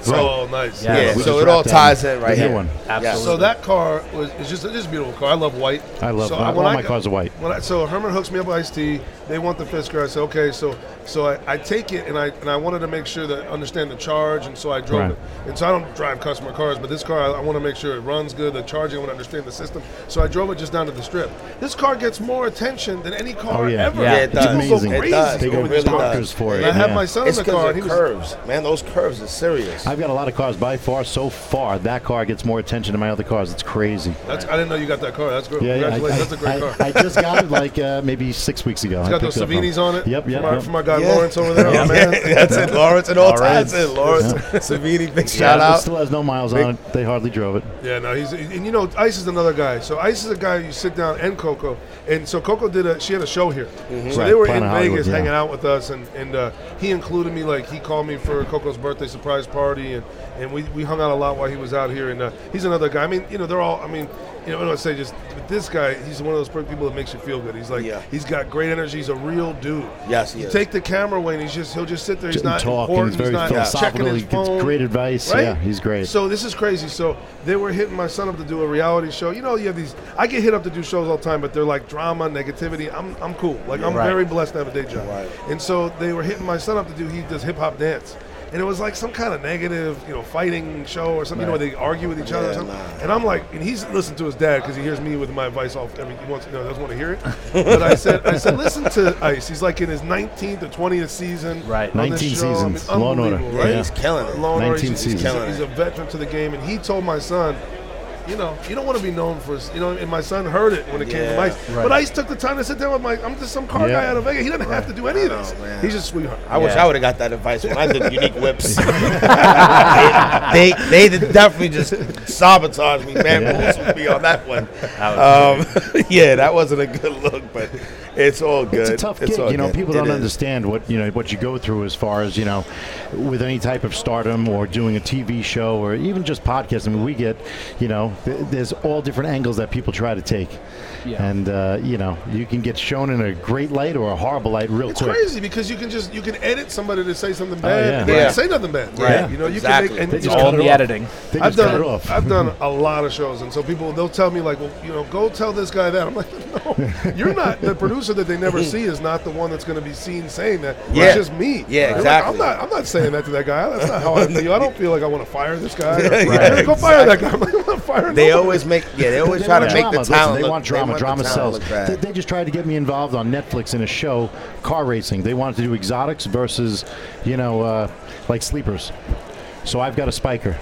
S3: So
S6: Oh, nice.
S2: Yeah.
S3: [laughs] yeah,
S4: we
S3: so
S4: just
S3: it all
S4: wrapped that
S3: ties
S4: in.
S3: in right
S4: The new
S3: here.
S4: one.
S3: Yeah.
S2: Absolutely.
S6: So that car was is just it's a beautiful car. I love white.
S4: I love-
S6: so
S4: all
S6: when
S4: my
S6: go-
S4: cars are white.
S6: When I, so Herman hooks me up with iced tea. They want the Fisker. I said okay. So so I, I take it and I and I wanted to make sure that I understand the charge and so I drove
S4: Right.
S6: it. And so I don't drive customer cars, but this car I, I want to make sure it runs good. The charging, I want to understand the system. So I drove it just down to the strip. This car gets more attention than any car
S4: Oh, yeah.
S6: ever.
S2: Yeah, it
S6: People
S3: does.
S6: go
S4: Amazing. It
S6: crazy
S3: does.
S4: They go
S6: over this
S4: really
S6: car.
S4: bonkers for it,
S6: And I had
S4: yeah.
S6: my son
S3: It's
S6: in the car.
S3: because
S6: and
S3: of
S6: he was
S3: curves, man. Those curves are serious.
S4: I've got a lot of cars by far. So far, that car gets more attention than my other cars. It's crazy.
S6: That's, I didn't know you got that car. That's great.
S4: Yeah, yeah, I- I,
S6: Congratulations. That's a great
S4: I-
S6: car.
S4: I just got it like uh, maybe six weeks ago.
S6: It's
S4: I
S6: got
S4: picked
S6: those
S4: it up from-
S6: Savinis on it.
S4: Yep, yep.
S6: From our,
S4: yep.
S6: from our guy
S3: Yeah.
S6: Lawrence over
S3: [laughs]
S6: there.
S3: Yeah,
S6: Oh, man.
S3: that's it, Lawrence. It all
S2: Lawrence.
S3: ties in. Lawrence Savini, big shout
S4: Yeah, it
S3: out.
S4: still has no miles on it. They hardly drove it.
S6: Yeah, no, he's and you know, Ice is another guy. So Ice is a guy you sit down and Coco, and so Coco did a she had a show here. So
S4: Mm-hmm. Right,
S6: they were in
S4: Planet Hollywood,
S6: Vegas
S4: yeah.
S6: hanging out with us, and and uh, he included me. Like he called me for Coco's birthday surprise party, and and we, we hung out a lot while he was out here. And uh, he's another guy. I mean, you know, they're all. I mean, you know, I don't say just but this guy. He's one of those people that makes you feel good. He's like,
S3: Yeah.
S6: he's got great energy. He's a real dude.
S3: Yes, he
S6: you
S3: is.
S6: take the camera away, and he's just he'll just sit there. He's
S4: Just
S6: not
S4: talk, and
S6: important.
S4: he's very
S6: not checking
S4: philosophical.
S6: his
S4: He gets
S6: phone.
S4: great advice.
S6: Right?
S4: Yeah, he's great.
S6: So this is crazy. So they were hitting my son up to do a reality show. You know, you have these. I get hit up to do shows all the time, but they're like drama, negativity. I'm, I'm cool. Like I'm
S2: Right.
S6: very blessed to have a day job.
S3: Right.
S6: And so they were hitting my son up to do. He does hip hop dance, and it was like some kind of negative, you know, fighting show or something. You know, where they argue with each other. or
S3: Yeah,
S6: something.
S3: nah.
S6: And I'm like, and he's listening to his dad because he hears me with my advice off every. He wants, you know, doesn't want to hear it. but I said, I said, listen to Ice. He's like in his 19th or 20th season.
S2: Right.
S6: on this
S4: 19
S6: show. I mean,
S4: seasons. Law and Order.
S6: unbelievable,
S3: Yeah,
S6: Right?
S3: he's killing it.
S6: Law and Order,
S4: 19
S6: he's- he's-
S4: seasons.
S6: He's a veteran to the game, and he told my son, you know, you don't want to be known for, you know, and my son heard it when it came to
S3: Yeah.
S6: Ice. But Ice took the time to sit down with my, I'm just some car
S4: Yeah.
S6: guy out of Vegas. He doesn't have to do any of this.
S3: know, Oh, man.
S6: He's just a sweetheart.
S3: I wish
S2: Yeah.
S3: I would have got that advice when I did unique whips. they, they they definitely just sabotaged me, man. Who's with me on that one? Um, [laughs] yeah, that wasn't a good look, but it's all good.
S4: It's a tough gig.
S3: all
S4: You know,
S3: good.
S4: people
S3: It
S4: don't
S3: is.
S4: understand what you know what you go through as far as you know, with any type of stardom or doing a TV show or even just podcasting. I mean, we get, you know, th- there's all different angles that people try to take,
S2: Yeah.
S4: and uh, you know, you can get shown in a great light or a horrible light real
S6: It's
S4: quick. Oh,
S6: crazy because you can just you can edit somebody to say something
S4: yeah.
S6: bad. and They
S3: Yeah.
S6: didn't say nothing bad.
S3: Right.
S6: You know, you
S3: Exactly.
S6: can make
S4: They
S6: and
S4: just
S2: all
S4: cut it
S2: the
S4: off.
S2: editing.
S4: They just
S6: I've
S4: cut
S6: done
S4: it off.
S3: [laughs]
S6: I've done a lot of shows, and so people they'll tell me like, well, you know, go tell this guy that. I'm like, [laughs] no, you're not the producer that
S3: [laughs]
S6: they never see is not the one that's going to be seen saying that.
S3: Yeah.
S6: It's just me.
S3: Yeah,
S6: They're like,
S3: exactly.
S6: I'm not. I'm not saying that to that guy. That's not how I feel. I don't feel like I want to fire
S3: [laughs]
S6: this guy. Or,
S3: Yeah,
S6: Go fire that guy. I'm like, I'm not firing.
S3: They
S6: nobody.
S3: always make yeah. They always
S4: They
S3: try to
S4: want
S3: make
S4: drama.
S3: the
S4: Listen,
S3: town
S4: they
S3: look.
S4: want drama.
S3: the
S4: drama
S3: town
S4: sells.
S3: look
S4: They,
S3: bad.
S4: they just tried to get me involved on Netflix in a show, car racing. They wanted to do exotics versus, you know, uh, like sleepers. So I've got a spiker.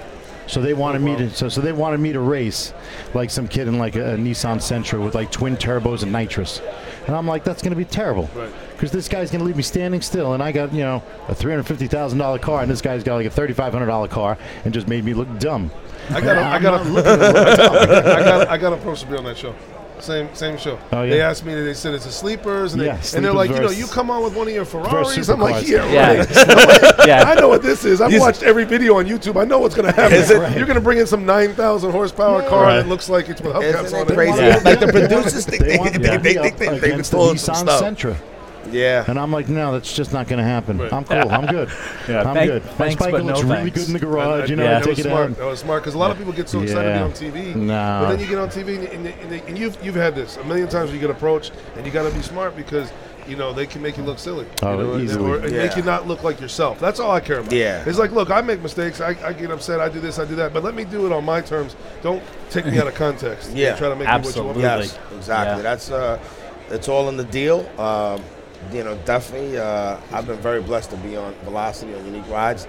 S4: So they wanted me to. So, so they wanted me to race, like some kid in like a, a Nissan Sentra with like twin turbos and nitrous, and I'm like, that's going to be terrible,
S6: Right.
S4: because this guy's going to leave me standing still, and I got you know a three hundred fifty thousand dollar car, and this guy's got like a thirty five hundred dollar car, and just made me look dumb.
S6: I got. A, I
S4: I'm
S3: [laughs]
S6: got.
S4: not
S6: A,
S4: looking at what I'm talking
S6: I got. I got approached to be on that show. Same same show.
S4: Oh, yeah?
S6: They asked me. They said it's a sleepers, and,
S4: Yeah,
S6: they, and they're
S4: sleepers
S6: like, you know,
S4: versus-
S6: you come on with one of your Ferraris.
S4: versus
S6: I'm like,
S4: supercars.
S6: yeah,
S2: Yeah.
S6: right. [laughs]
S3: [laughs]
S6: I
S2: yeah.
S6: know what this is. I've
S3: He's-
S6: watched every video on YouTube. I know what's going to happen.
S3: Is it?
S6: You're going to bring in some 9,000 horsepower car
S4: Right.
S6: that looks like it's with hubcaps
S3: Isn't
S6: on
S3: it
S6: it.
S3: crazy?
S4: Yeah.
S3: Like the producers think they
S4: want
S3: they
S4: me
S3: they
S4: to be
S3: they
S4: up
S3: they they
S4: against the
S3: pull some
S4: Nissan
S3: stuff.
S4: Sentra.
S3: Yeah.
S4: And I'm like, no, that's just not going to happen.
S6: Right.
S4: I'm cool. I'm good.
S2: [laughs] Yeah,
S4: I'm
S2: thank-
S4: good. My
S2: thanks,
S4: spiker
S2: but no
S4: looks really
S2: thanks.
S4: good in the
S6: I- I-
S4: garage. You know,
S2: yeah.
S4: I
S6: that
S4: take
S6: was
S4: it
S6: smart.
S4: out.
S6: That was smart because a lot of people get so excited
S4: Yeah.
S6: to be on TV.
S4: Nah.
S6: But then you get on TV and, and, and, they- and you've, you've had this a million times. You get approached and you got to be smart because. You know they can make you look silly.
S4: Oh,
S6: you know, and-
S4: easily.
S6: Or, and
S3: Yeah.
S6: make you not look like yourself. That's all I care about.
S3: Yeah.
S6: It's like, look, I make mistakes. I, I get upset. I do this. I do that. But let me do it on my terms. Don't take me out of context.
S3: Yeah.
S6: And try to make me what you want. me to be.
S2: Absolutely.
S3: Yes, exactly.
S2: Yeah.
S3: That's uh, it's all in the deal. Um, you know, definitely. Uh, I've been very blessed to be on Velocity on Unique Rides.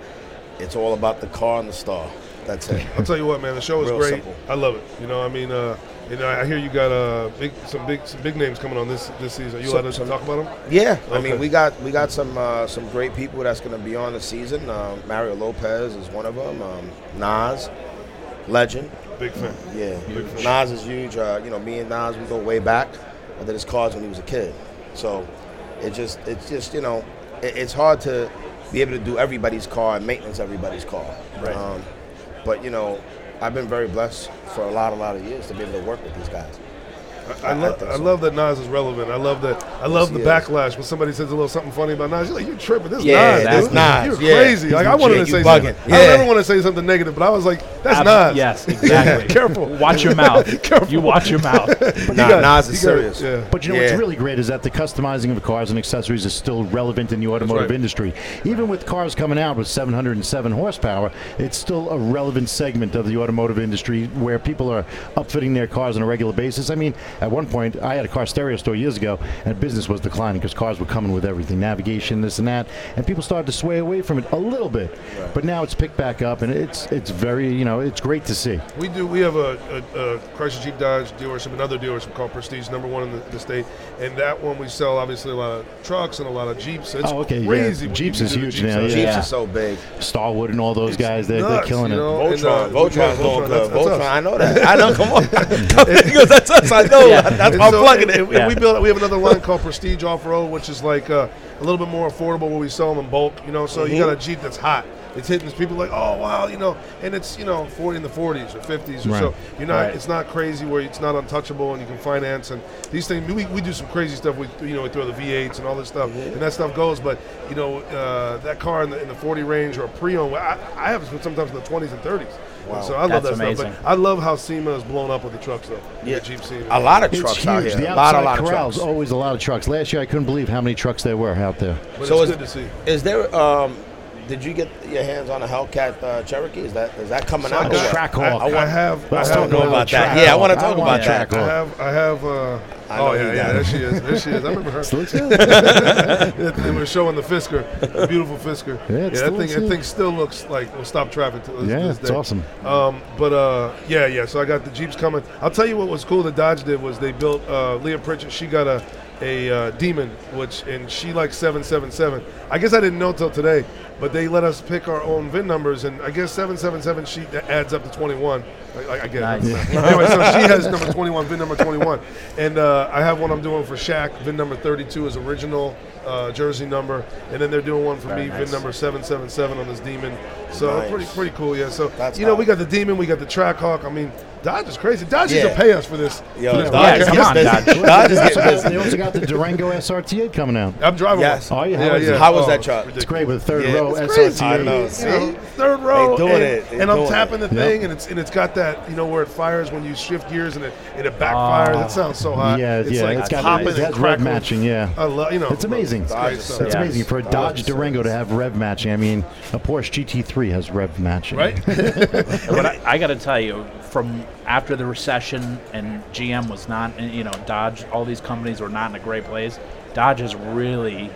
S3: It's all about the car and the star. That's it.
S6: I'll tell you what, man. The show is
S3: Real
S6: great.
S3: simple.
S6: I love it. You know, I mean, uh, you know, I hear you got uh, big, some big, some big names coming on this this season. Are you
S3: So-
S6: allowed to talk about them?
S3: Yeah, I
S6: Okay.
S3: mean, we got we got some uh, some great people that's going to be on the season. Um, Mario Lopez is one of them. Um, Nas, legend.
S6: Big fan.
S3: Yeah,
S6: Big fan.
S3: Nas is huge. Uh, you know, me and Nas, we go way back. I did his cards when he was a kid, so it just it's just you know it, it's hard to be able to do everybody's car and maintenance everybody's car.
S6: Right.
S3: Um, but you know, I've been very blessed for a lot a lot of years to be able to work with these guys.
S6: I,
S3: I
S6: love,
S3: think
S6: I
S3: so.
S6: love that Nas is relevant. I love that. I love
S3: he
S6: the
S3: is.
S6: backlash when somebody says a little something funny about Nas. You're like, you tripping? This is
S3: Yeah,
S6: Nas.
S3: that's
S6: dude.
S3: Nas,
S6: You're
S3: yeah.
S6: crazy. Like I
S3: You-
S6: wanted
S3: you
S6: to say
S3: bugging.
S6: something. I
S3: Yeah.
S6: don't ever want to say something negative, but I was like, that's
S2: Ab-
S6: Nas.
S2: Yes, exactly.
S6: [laughs] Careful.
S2: Watch your mouth.
S6: [laughs] Careful.
S2: You watch your
S6: [laughs]
S2: mouth.
S3: Nah,
S6: got-
S3: Nas is
S6: you got-
S3: serious.
S6: yeah.
S4: But you know what's
S3: Yeah.
S4: really great is that the customizing of cars and accessories is still relevant in the automotive
S6: right.
S4: industry. Even with cars coming out with 707 horsepower, it's still a relevant segment of the automotive industry where people are upfitting their cars on a regular basis. I mean, at one point, I had a car stereo store years ago, and business was declining because cars were coming with everything, navigation, this and that, and people started to sway away from it a little bit. But now it's picked back up, and it's it's very you know it's great to see.
S6: We do. We have a, a, a Chrysler Jeep Dodge dealership, another dealership called Prestige, number one in the, the state, and that one we sell obviously a lot of trucks and a lot of Jeeps. It's
S4: Oh, okay, yeah.
S6: crazy. what
S4: Jeeps
S6: you can
S4: is
S6: do to
S4: huge
S6: Jeeps
S4: now,
S6: out
S4: yeah.
S6: here.
S3: Jeeps are so big.
S4: Starwood and all those guys, they're, they're
S6: nuts,
S4: killing
S6: you
S4: it.
S6: know, and, uh,
S3: Voltron,
S6: yeah,
S3: Voltron's going
S6: that's-
S3: club.
S6: that's us.
S3: Voltron, I know that. I know.
S6: [laughs]
S3: Come on, [laughs] because that's us. I know. That's
S6: And
S3: why I'm
S6: so-
S3: plugging
S6: and-
S3: it.
S6: and We build. We have another line called Prestige Off Road, which is like uh, a little bit more affordable where we sell them in bulk. You know, so
S3: Mm-hmm.
S6: you got a Jeep that's hot. It's hitting people like, oh wow, you know, and it's you know forty in the forties or fifties or
S4: Right.
S6: so. You're not.
S2: Right.
S6: It's not crazy where it's not untouchable and you can finance and these things. We, we do some crazy stuff. We you know we throw the V8s and all this stuff,
S3: Mm-hmm.
S6: and that stuff goes. But you know uh, that car in the, in the forty range or a pre-owned, I, I have it sometimes in the twenties and thirties. Wow. So I love
S2: That's
S6: that
S2: amazing.
S6: stuff. But I love how SEMA is blown up with the trucks though.
S3: Yeah.
S6: The Jeep SEMA.
S3: A lot of trucks
S4: It's
S3: out
S4: huge.
S3: here. a
S4: The
S3: lot,
S4: outside
S3: a lot of
S4: corrals,
S3: trucks.
S4: always a lot of trucks. Last year, I couldn't believe how many trucks there were out there.
S6: But
S3: So
S6: it's
S3: is-
S6: good to see.
S3: Is there? Um, did you get your hands on a Hellcat uh, Cherokee? Is that is that coming
S6: So I
S3: out? or
S6: got-
S3: what?
S6: I,
S4: Trackhawk.
S6: I
S3: want-
S6: have.
S4: Let's
S6: I
S3: talk
S6: have,
S3: about
S6: uh,
S3: that. Yeah, I wanna talk about that. [laughs]
S6: I have. I have. Uh,
S3: I know
S6: oh
S3: you got
S6: yeah, yeah.
S3: it.
S6: There she is. There she is.
S3: [laughs]
S6: I remember her.
S4: Trackhawk.
S6: they were showing the Fisker, the beautiful Fisker.
S4: Yeah,
S6: yeah
S4: it's
S6: that
S4: still-
S6: thing.
S4: it's
S6: That
S4: still-
S6: thing still looks like will stop traffic. To this,
S4: Yeah,
S6: this
S4: it's
S6: day.
S4: awesome.
S6: Um, but uh, yeah, yeah. So I got the Jeeps coming. I'll tell you what was cool. The Dodge did was they built uh, Leah Pritchett. She got a a uh, Demon, which and she likes seven seven seven. I guess I didn't know till today, but they let us pick our own VIN numbers, and I guess seven seven seven she that adds up to twenty one. I, I, I get
S2: Nice.
S6: it. [laughs] anyway, so she has number 21, VIN number 21. And uh, I have one I'm doing for Shaq, VIN number 32 is original uh, jersey number. And then they're doing one for me, VIN number 777 on this Demon. So
S3: Nice.
S6: pretty pretty cool, yeah. So,
S3: That's
S6: you know, we
S3: hot.
S6: got the Demon, we got the Trackhawk. I mean, Dodge is crazy. Dodge used
S3: Yeah.
S6: to pay us for this.
S3: Yo,
S6: for this
S3: Dodge is
S6: podcast.
S2: come on,
S3: getting
S2: Dodge.
S3: [laughs] busy. Dodge is getting
S4: They also got-
S3: busy.
S4: they also got the Durango SRT8
S3: [laughs]
S4: coming out.
S6: I'm driving
S3: Yes.
S6: one.
S4: Oh, yeah, how is it?
S3: How is that truck?
S4: It's
S6: it's ridiculous.
S4: great with third
S3: Yeah,
S4: row
S6: It's crazy.
S3: I know.
S4: SRT8.
S3: See?
S6: You know, third row.
S3: They doing
S6: and,
S3: it. They
S6: and I'm
S3: doing
S6: tapping the
S4: Yeah.
S6: thing, and it's and it's got that you know where it fires when you shift gears, and it and it backfires. that sounds so hot.
S4: Ah. Yeah,
S6: it's
S4: yeah,
S6: Like
S4: it's got-
S6: popping
S4: it
S6: and
S4: has rev
S6: crackling.
S4: matching, yeah.
S6: I love you know.
S4: It's amazing.
S6: it's
S3: Dodge
S6: great
S3: is
S6: stuff.
S3: so
S4: It's
S2: Yeah.
S4: amazing for a Dodge Durango to have rev matching. I mean, a Porsche GT3 has rev matching.
S6: Right?
S2: But I, I got to tell you, from after the recession and GM was not, and, you know, Dodge, all these companies were not in a great place. Dodge has really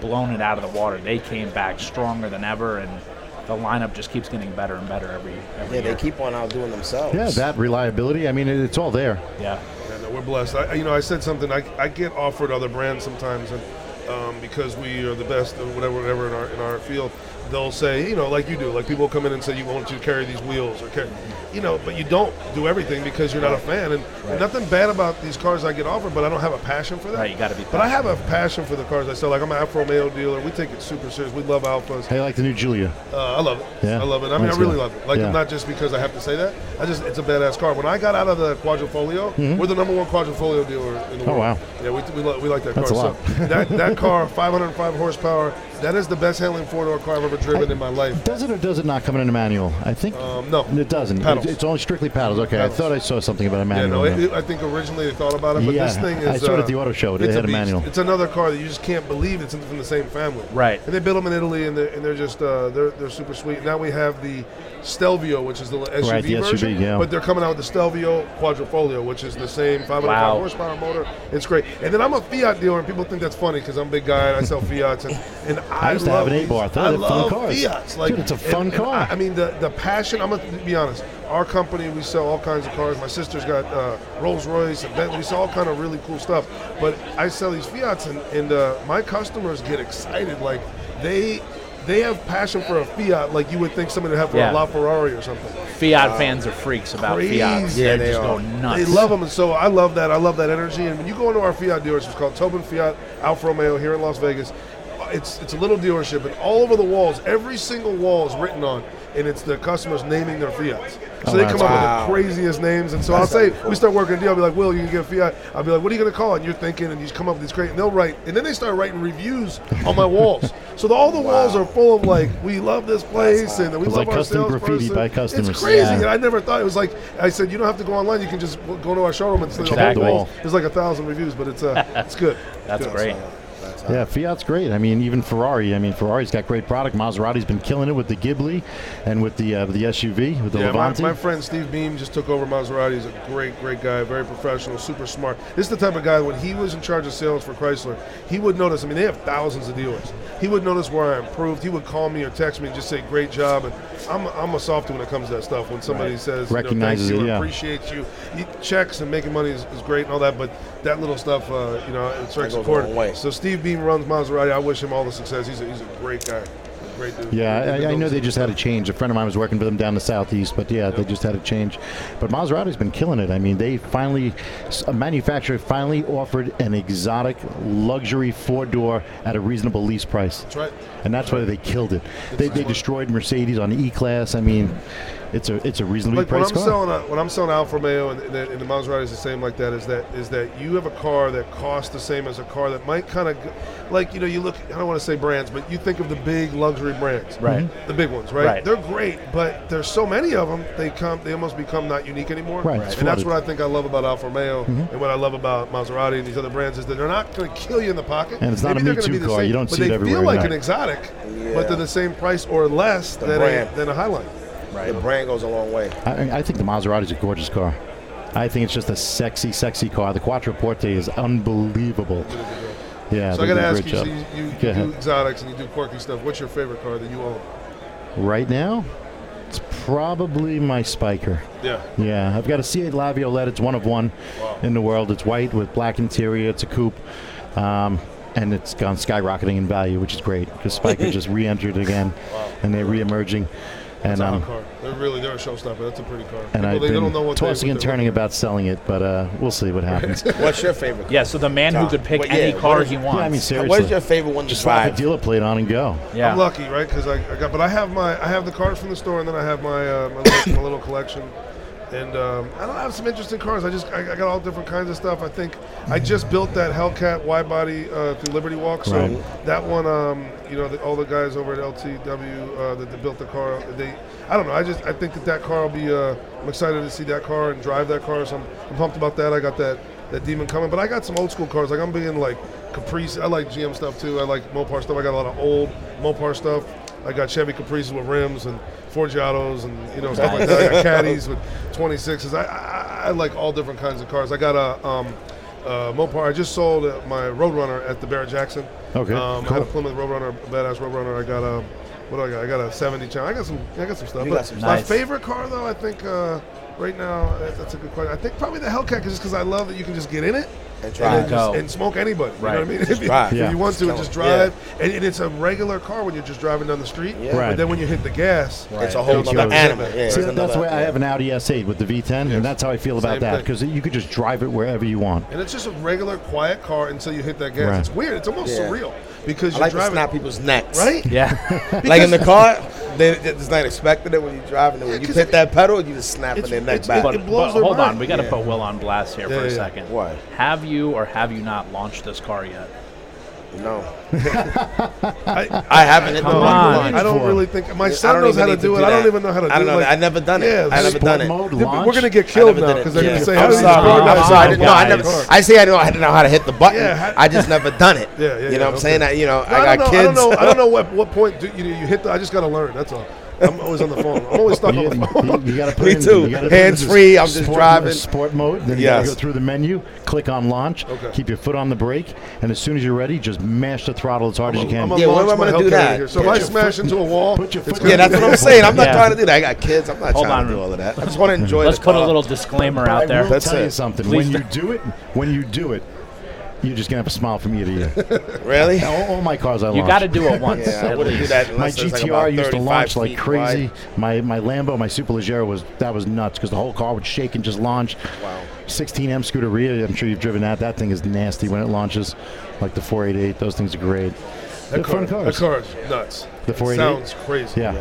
S2: blown it out of the water. They came back stronger than ever, and the lineup just keeps getting better and better every every
S3: Yeah,
S2: year.
S3: they keep on outdoing themselves.
S4: Yeah, that reliability. I mean, it, it's all there.
S2: yeah.
S6: Yeah, no, we're blessed. I, you know, I said something. I, I get offered other brands sometimes, and um, because we are the best, or whatever, whatever in our in our field, they'll say, you know, like you do. Like people come in and say, you want you to carry these wheels, or carry, you know, but you don't do everything because you're not a fan. And, and nothing bad about these cars I get offered, but I don't have a passion for them.
S2: Right, you gotta be
S6: But I have a passion for the cars I sell. Like I'm an Afro Romeo dealer. We take it super serious. We love Alphas.
S4: How you like the new Julia?
S6: Uh, I love it.
S4: Yeah.
S6: I love it. I mean,
S4: That's
S6: I really
S4: good.
S6: love it. Like,
S4: Yeah.
S6: not just because I have to say that. I just, it's a badass car. When I got out of the Quadrifoglio, we're the number one Quadrifoglio dealer in the world.
S4: Mm-hmm. Oh, wow.
S6: Yeah, we, we, lo- we like that
S4: That's
S6: car.
S4: a lot.
S6: So that, that car, 505 horsepower, that is the best handling four door car I've ever driven in my life.
S4: Does it or does it not come in a manual? I think
S6: Um, no.
S4: it doesn't.
S6: Pedals.
S4: It- it's only strictly paddles. Okay,
S6: Pedals.
S4: I thought I saw something about a
S6: Yeah,
S4: manual.
S6: no, it,
S4: in there.
S6: it- I think originally they thought about it, but this
S4: Yeah,
S6: thing is.
S4: I saw it at
S6: uh,
S4: the auto show. They
S6: it's
S4: had a
S6: beast.
S4: manual.
S6: It's another car that you just can't believe it's from the same family.
S2: Right.
S6: And they built them in Italy, and they're, and they're just uh, they're they're super sweet. Now we have the Stelvio, which is the little SUV
S4: Right, the SUV,
S6: version,
S4: yeah.
S6: but they're coming out with the Stelvio Quadrifoglio, which is the same 505
S2: Wow.
S6: horsepower motor. It's great. And then I'm a Fiat dealer, and people think that's funny because I'm a big guy and I sell Fiats, and, and I,
S4: I used to have
S6: love
S4: an
S6: these-
S4: A-bar. I thought
S6: I
S4: it was fun
S6: love love
S8: cars.
S6: Fiats. Like,
S8: Dude, it's a
S6: and-
S8: fun
S6: and
S8: car.
S6: I, I mean, the, the passion. I'm gonna be honest. Our company, we sell all kinds of cars. My sister's got uh, Rolls Royce and Bentley. We sell all kind of really cool stuff. But I sell these Fiats, and, and uh, my customers get excited. Like they they have passion for a Fiat, like you would think somebody would have for
S2: Yeah.
S6: a LaFerrari or something.
S2: Fiat fans are freaks about
S6: Crazy.
S2: Fiat. they,
S6: Yeah,
S3: they
S2: just go
S3: are.
S2: nuts.
S6: They love them, and so I love that. I love that energy. And when you go into our Fiat dealership, it's called Tobin Fiat Alfa Romeo here in Las Vegas. It's it's a little dealership, and all over the walls, every single wall is written on, and it's the customers naming their Fiats.
S4: Oh,
S6: So they
S8: wow.
S6: come
S3: Wow.
S6: up with the craziest names, and so I'll say we start working a deal. I'll be like, "Will, you can get a Fiat." I'll be like, "What are you going to call?" it? And you're thinking, and you just come up with these great, and they'll write, and then they start writing reviews on my walls. so the, all the walls are full of like, "We love this place," and
S4: It's
S6: we love
S4: like
S6: our
S4: custom
S6: salesperson."
S4: graffiti by
S6: It's
S4: customers.
S6: crazy.
S4: Yeah.
S6: And I never thought it was like I said. You don't have to go online. You can just w- go to our showroom and see the
S4: Check
S6: whole
S4: out the
S6: thing.
S4: wall.
S6: There's like a thousand reviews, but it's uh, it's good.
S2: [laughs] That's
S6: Good.
S2: great.
S4: Yeah, Fiat's great. I mean, even Ferrari. I mean, Ferrari's got great product. Maserati's been killing it with the Ghibli and with the uh, the SUV with the
S6: Yeah, my,
S4: Levante.
S6: my friend Steve Beam just took over Maserati. He's a great, great guy, very professional, super smart. This is the type of guy when he was in charge of sales for Chrysler, he would notice. I mean, they have thousands of dealers. He would notice where I improved. He would call me or text me and just say, "Great job." And I'm, I'm a softy when it comes to that stuff. When somebody says, you know,
S4: Recognizes
S6: thank
S4: it,
S6: you, or
S4: yeah.
S6: appreciates you, he checks and making money is, is great and all that. But that little stuff, uh, you know, it's very
S3: goes a long
S6: supportive.
S3: way.
S6: So Steve Beam runs Maserati. I wish him all the success. He's a, he's a great guy. Great dude.
S4: Yeah, I, I know they just had a change. A friend of mine was working for them down the southeast, but yeah, they just had a change. But Maserati's been killing it. I mean, they finally, s- a manufacturer finally offered an exotic luxury four door at a reasonable lease price. That's
S6: right.
S4: And that's why they killed it. They, they destroyed Mercedes on the E Class. I mean, it's a it's a reasonably
S6: like when I'm
S4: priced car.
S6: selling a, when I'm selling Alfa Romeo and, and, the, and the Maserati is the same like that is that is that you have a car that costs the same as a car that might kind of like you know you look I don't want to say brands but you think of the big luxury brands Mm-hmm.
S2: Right.
S6: the big ones right,
S2: Right.
S6: they're great but there's so many of them they come they almost become not unique anymore
S4: Right,
S6: and
S4: it's
S6: that's
S4: flooded. Mm-hmm.
S6: what I think I love about Alfa Romeo and what I love about Maserati and these other brands is that they're not going to kill you in the pocket
S4: And it's not a
S6: Maybe they're
S4: Me
S6: gonna be
S4: Too
S6: the
S4: car.
S6: same,
S4: You don't
S6: but
S4: see it
S6: they
S4: everywhere,
S6: feel like
S4: no.
S6: an exotic
S3: Yeah.
S6: but they're the same price or less than
S3: brand.
S6: a, than a Highline.
S3: The brand goes a long way.
S4: I, I think the Maserati's a gorgeous car. I think it's just a sexy, sexy car. The Quattroporte is unbelievable. Yeah,
S6: So
S4: they
S6: I got to
S4: did a
S6: ask
S4: great
S6: you,
S4: job.
S6: so you, you,
S4: Go
S6: you
S4: ahead.
S6: do exotics and you do quirky stuff. What's your favorite car that you own?
S4: Right now, it's probably my Spiker.
S6: Yeah.
S4: Yeah, I've got a C8 Laviolette. It's one of one in the world. It's white with black interior. It's a coupe, um, and it's gone skyrocketing in value, which is great because Spiker
S6: [laughs]
S4: just re-entered again, and they're re-emerging. And
S6: Solid
S4: um,
S6: car. They're really, they're a showstopper. That's a pretty car.
S4: and
S6: People,
S4: I've
S6: they don't
S4: been
S6: know what they-
S4: tossing
S6: what
S4: and
S6: they're
S4: turning about selling it, but uh, we'll see what
S6: [laughs]
S4: happens. yeah,
S3: What's your favorite? car?
S2: Yeah, so the man who
S3: Tom,
S2: could pick
S3: what-
S2: any
S3: yeah,
S2: car
S3: what is-
S2: he
S3: Yeah,
S2: wants.
S4: I mean seriously.
S3: What is your favorite one to
S4: just slap a
S3: drive?
S4: dealer plate on and go.
S2: yeah.
S6: I'm lucky, right? Because I, I got, but I have my, I have the cars from the store, and then I have my, uh, my, little, my little collection. And um, I don't I have some interesting cars. I just, I, I got all different kinds of stuff. I think I just built that Hellcat wide body uh, through Liberty Walk. So
S4: Right.
S6: that one, um, you know, the, all the guys over at LTW uh, that, that built the car, they, I don't know. I just, I think that that car will be. Uh, I'm excited to see that car and drive that car. So I'm, I'm pumped about that. I got that. That demon coming, but I got some old school cars. Like I'm being like Caprice. I like GM stuff too. I like Mopar stuff. I got a lot of old Mopar stuff. I got Chevy Caprices with rims and Forgiatos and you know stuff like that. I got Caddies with 26s. I, I I like all different kinds of cars. I got a um, uh, Mopar. I just sold uh, my Roadrunner at the Barrett Jackson.
S4: Okay,
S6: Um, I had a
S4: cool.
S6: Plymouth Roadrunner, a badass Roadrunner. I got a what do I got? I got a 70 channel. I got some. I got some stuff.
S3: You
S6: But
S3: got some
S6: my
S2: stuff.
S6: favorite car though, I think. Uh, Right now, that- that's a good question. I think probably the Hellcat, 'cause just because I love that you can just get in it
S3: And
S6: and,
S3: drive.
S6: then just-
S2: Go.
S6: and smoke anybody. You know what I
S2: Right.
S6: mean? [laughs] If you,
S3: drive.
S6: if
S4: Yeah.
S6: you want to,
S3: Just
S6: and just
S3: kill 'em.
S6: drive. And, and it's a regular car when you're just driving down the street.
S3: Yeah.
S4: Right.
S6: But then when you hit the gas,
S3: It's a whole
S4: Don't
S3: other
S4: you-
S3: animal. Yeah, it's
S4: See, that's
S3: another-
S4: why I have an Audi S8 with the V10, and that's how I feel about
S6: Same
S4: that
S6: thing.
S4: because you could just drive it wherever you want.
S6: and it's just a regular quiet car until you hit that gas.
S4: Right.
S6: It's weird. It's almost
S3: Yeah.
S6: surreal because
S3: I
S6: you're
S3: like to
S6: driving.
S3: snap people's necks.
S6: right?
S2: [laughs] yeah.
S6: [laughs]
S3: Like in the car, they, they- it's not expected it when you're driving it. When you
S6: 'cause
S3: hit
S6: it-
S3: that pedal, you just snapping
S6: it's-
S3: their neck
S6: it's-
S3: back.
S6: it-
S2: But,
S6: it blows
S2: but
S6: their
S2: hold on,
S6: mind.
S2: we got to
S6: Yeah.
S2: put Will on blast here
S6: Yeah,
S2: for a
S6: yeah.
S2: second.
S3: Why?
S2: Have you or have you not launched this car yet?
S3: no,
S6: I,
S3: I haven't. hit the
S2: Come
S3: button
S2: on.
S3: once.
S6: I don't really think my son
S3: don't
S6: knows how
S3: even
S6: to
S3: need
S6: do it.
S3: do
S6: I don't
S3: that.
S6: even know how to do
S3: I
S6: it.
S3: don't know.
S6: Like,
S3: I never done it.
S6: Yeah,
S3: I never
S4: Sport
S3: done it.
S4: mode
S6: Yeah, but
S4: launch.
S6: We're gonna get killed
S3: never
S6: now
S3: did it.
S6: because they're
S3: Yeah.
S6: gonna say,
S3: I'm
S6: "How did you
S3: sorry.
S6: score
S2: I'm
S6: that?"
S2: sorry.
S6: I
S3: I didn't know. I never.
S2: Guys.
S3: I say I know. I didn't know how to hit the button.
S6: Yeah, how-
S3: I just never done it.
S6: Yeah, yeah,
S3: You know
S6: yeah,
S3: what I'm saying?
S6: okay.
S3: I, you know,
S6: No,
S3: I got [laughs]
S6: don't know,
S3: kids.
S6: I don't know. I don't know what, what point do you, you hit. The, I just got to learn. That's all. I'm always on the phone. I'm always stuck on
S4: You,
S6: the phone.
S4: you, gotta put
S3: Me
S4: in,
S3: too.
S4: you gotta put in
S3: Hands
S4: this
S3: free, I'm just
S4: sport-
S3: driving.
S4: Sport mode. Then you gotta
S3: Yes.
S4: go through the menu, click on launch,
S6: Okay.
S4: keep your foot on the brake, and as soon as you're ready, just mash the throttle as hard as you can.
S6: I'm gonna
S3: Yeah, where
S6: launch
S3: am I
S6: my
S3: gonna do
S6: healthcare out
S3: that?
S6: here. So if
S3: Put
S6: I
S3: your
S6: smash into a wall,
S4: put your
S6: it's
S4: foot
S6: gonna
S3: Yeah, that's what I'm saying. I'm not
S2: Yeah.
S3: trying to do that. I got kids. I'm not
S2: Hold
S3: trying
S2: on.
S3: to do all of that. I just want to enjoy.
S2: Let's
S3: the
S2: put a
S3: car.
S2: little disclaimer out
S4: I
S2: there.
S4: will
S3: That's
S4: tell you
S3: it.
S4: something.
S2: Please
S4: when
S2: don't-
S4: you do it, when you do it, you're just gonna have a smile from ear to
S3: [laughs]
S4: ear.
S3: Really?
S4: all, all my cars I
S2: You
S4: got
S2: got to do it once.
S3: Yeah, I
S2: at
S3: wouldn't do
S2: least.
S3: that.
S4: My
S3: Unless it's like
S4: GTR
S3: about
S4: used to
S3: 35
S4: launch like
S3: feet
S4: crazy.
S3: wide.
S4: My my Lambo, my Super Leggero was that was nuts because the whole car would shake and just launch.
S3: Wow.
S4: 16M Scuderia, I'm sure you've driven that. That thing is nasty when it launches, like the 488. Those things are great. They're
S6: That car,
S4: fun
S6: that
S4: cars.
S6: car is nuts.
S4: The 488?
S6: Sounds crazy.
S4: Yeah.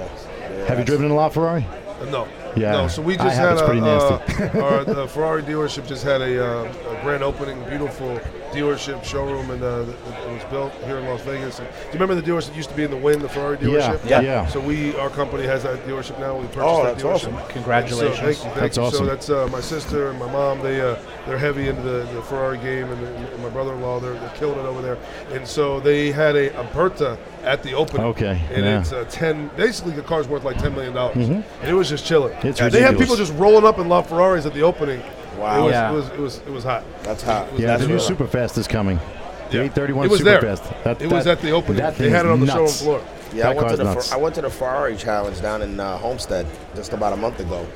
S4: Have you driven in a LaFerrari?
S6: No.
S4: Yeah.
S6: No. So we
S4: I
S6: just
S4: have,
S6: had
S4: it's
S6: a
S4: pretty
S6: Uh, [laughs]
S4: [laughs]
S6: our the Ferrari dealership just had a, uh, a grand opening, beautiful dealership showroom, and uh, it was built here in Las Vegas. And do you remember the dealership used to be in the Wynn, the Ferrari dealership?
S4: Yeah, yeah.
S6: So we, our company has that dealership now. We purchased
S3: Oh,
S6: that
S3: that's
S6: dealership.
S3: awesome.
S2: Congratulations.
S6: So, thank you, thank
S4: That's
S6: you. So
S4: awesome.
S6: that's uh, my sister and my mom. They uh, they're heavy into the, the Ferrari game, and, and my brother-in-law they're, they're killing it over there. And so they had a Aperta at the opening.
S4: Okay,
S6: And
S4: yeah. Mm-hmm.
S6: it's uh, ten. Basically, the car's worth like ten million dollars, and it was just chilling.
S4: It's
S6: they had
S4: ridiculous.
S6: people just rolling up in LaFerraris at the opening.
S3: Wow.
S6: It was,
S2: Yeah.
S6: it was it was it was hot.
S3: That's hot.
S4: Yeah, the new
S3: really-
S4: Superfast is coming. The
S6: Yeah.
S4: 831
S6: It was there.
S4: Superfast.
S6: It was at the opening.
S4: that
S6: They
S4: thing
S6: had
S4: is
S6: it on the
S4: nuts.
S6: showroom floor.
S4: That
S3: Yeah, I went,
S4: car's
S3: to the,
S4: nuts.
S3: Fer- I went to the Ferrari Challenge down in uh, Homestead just about a month ago,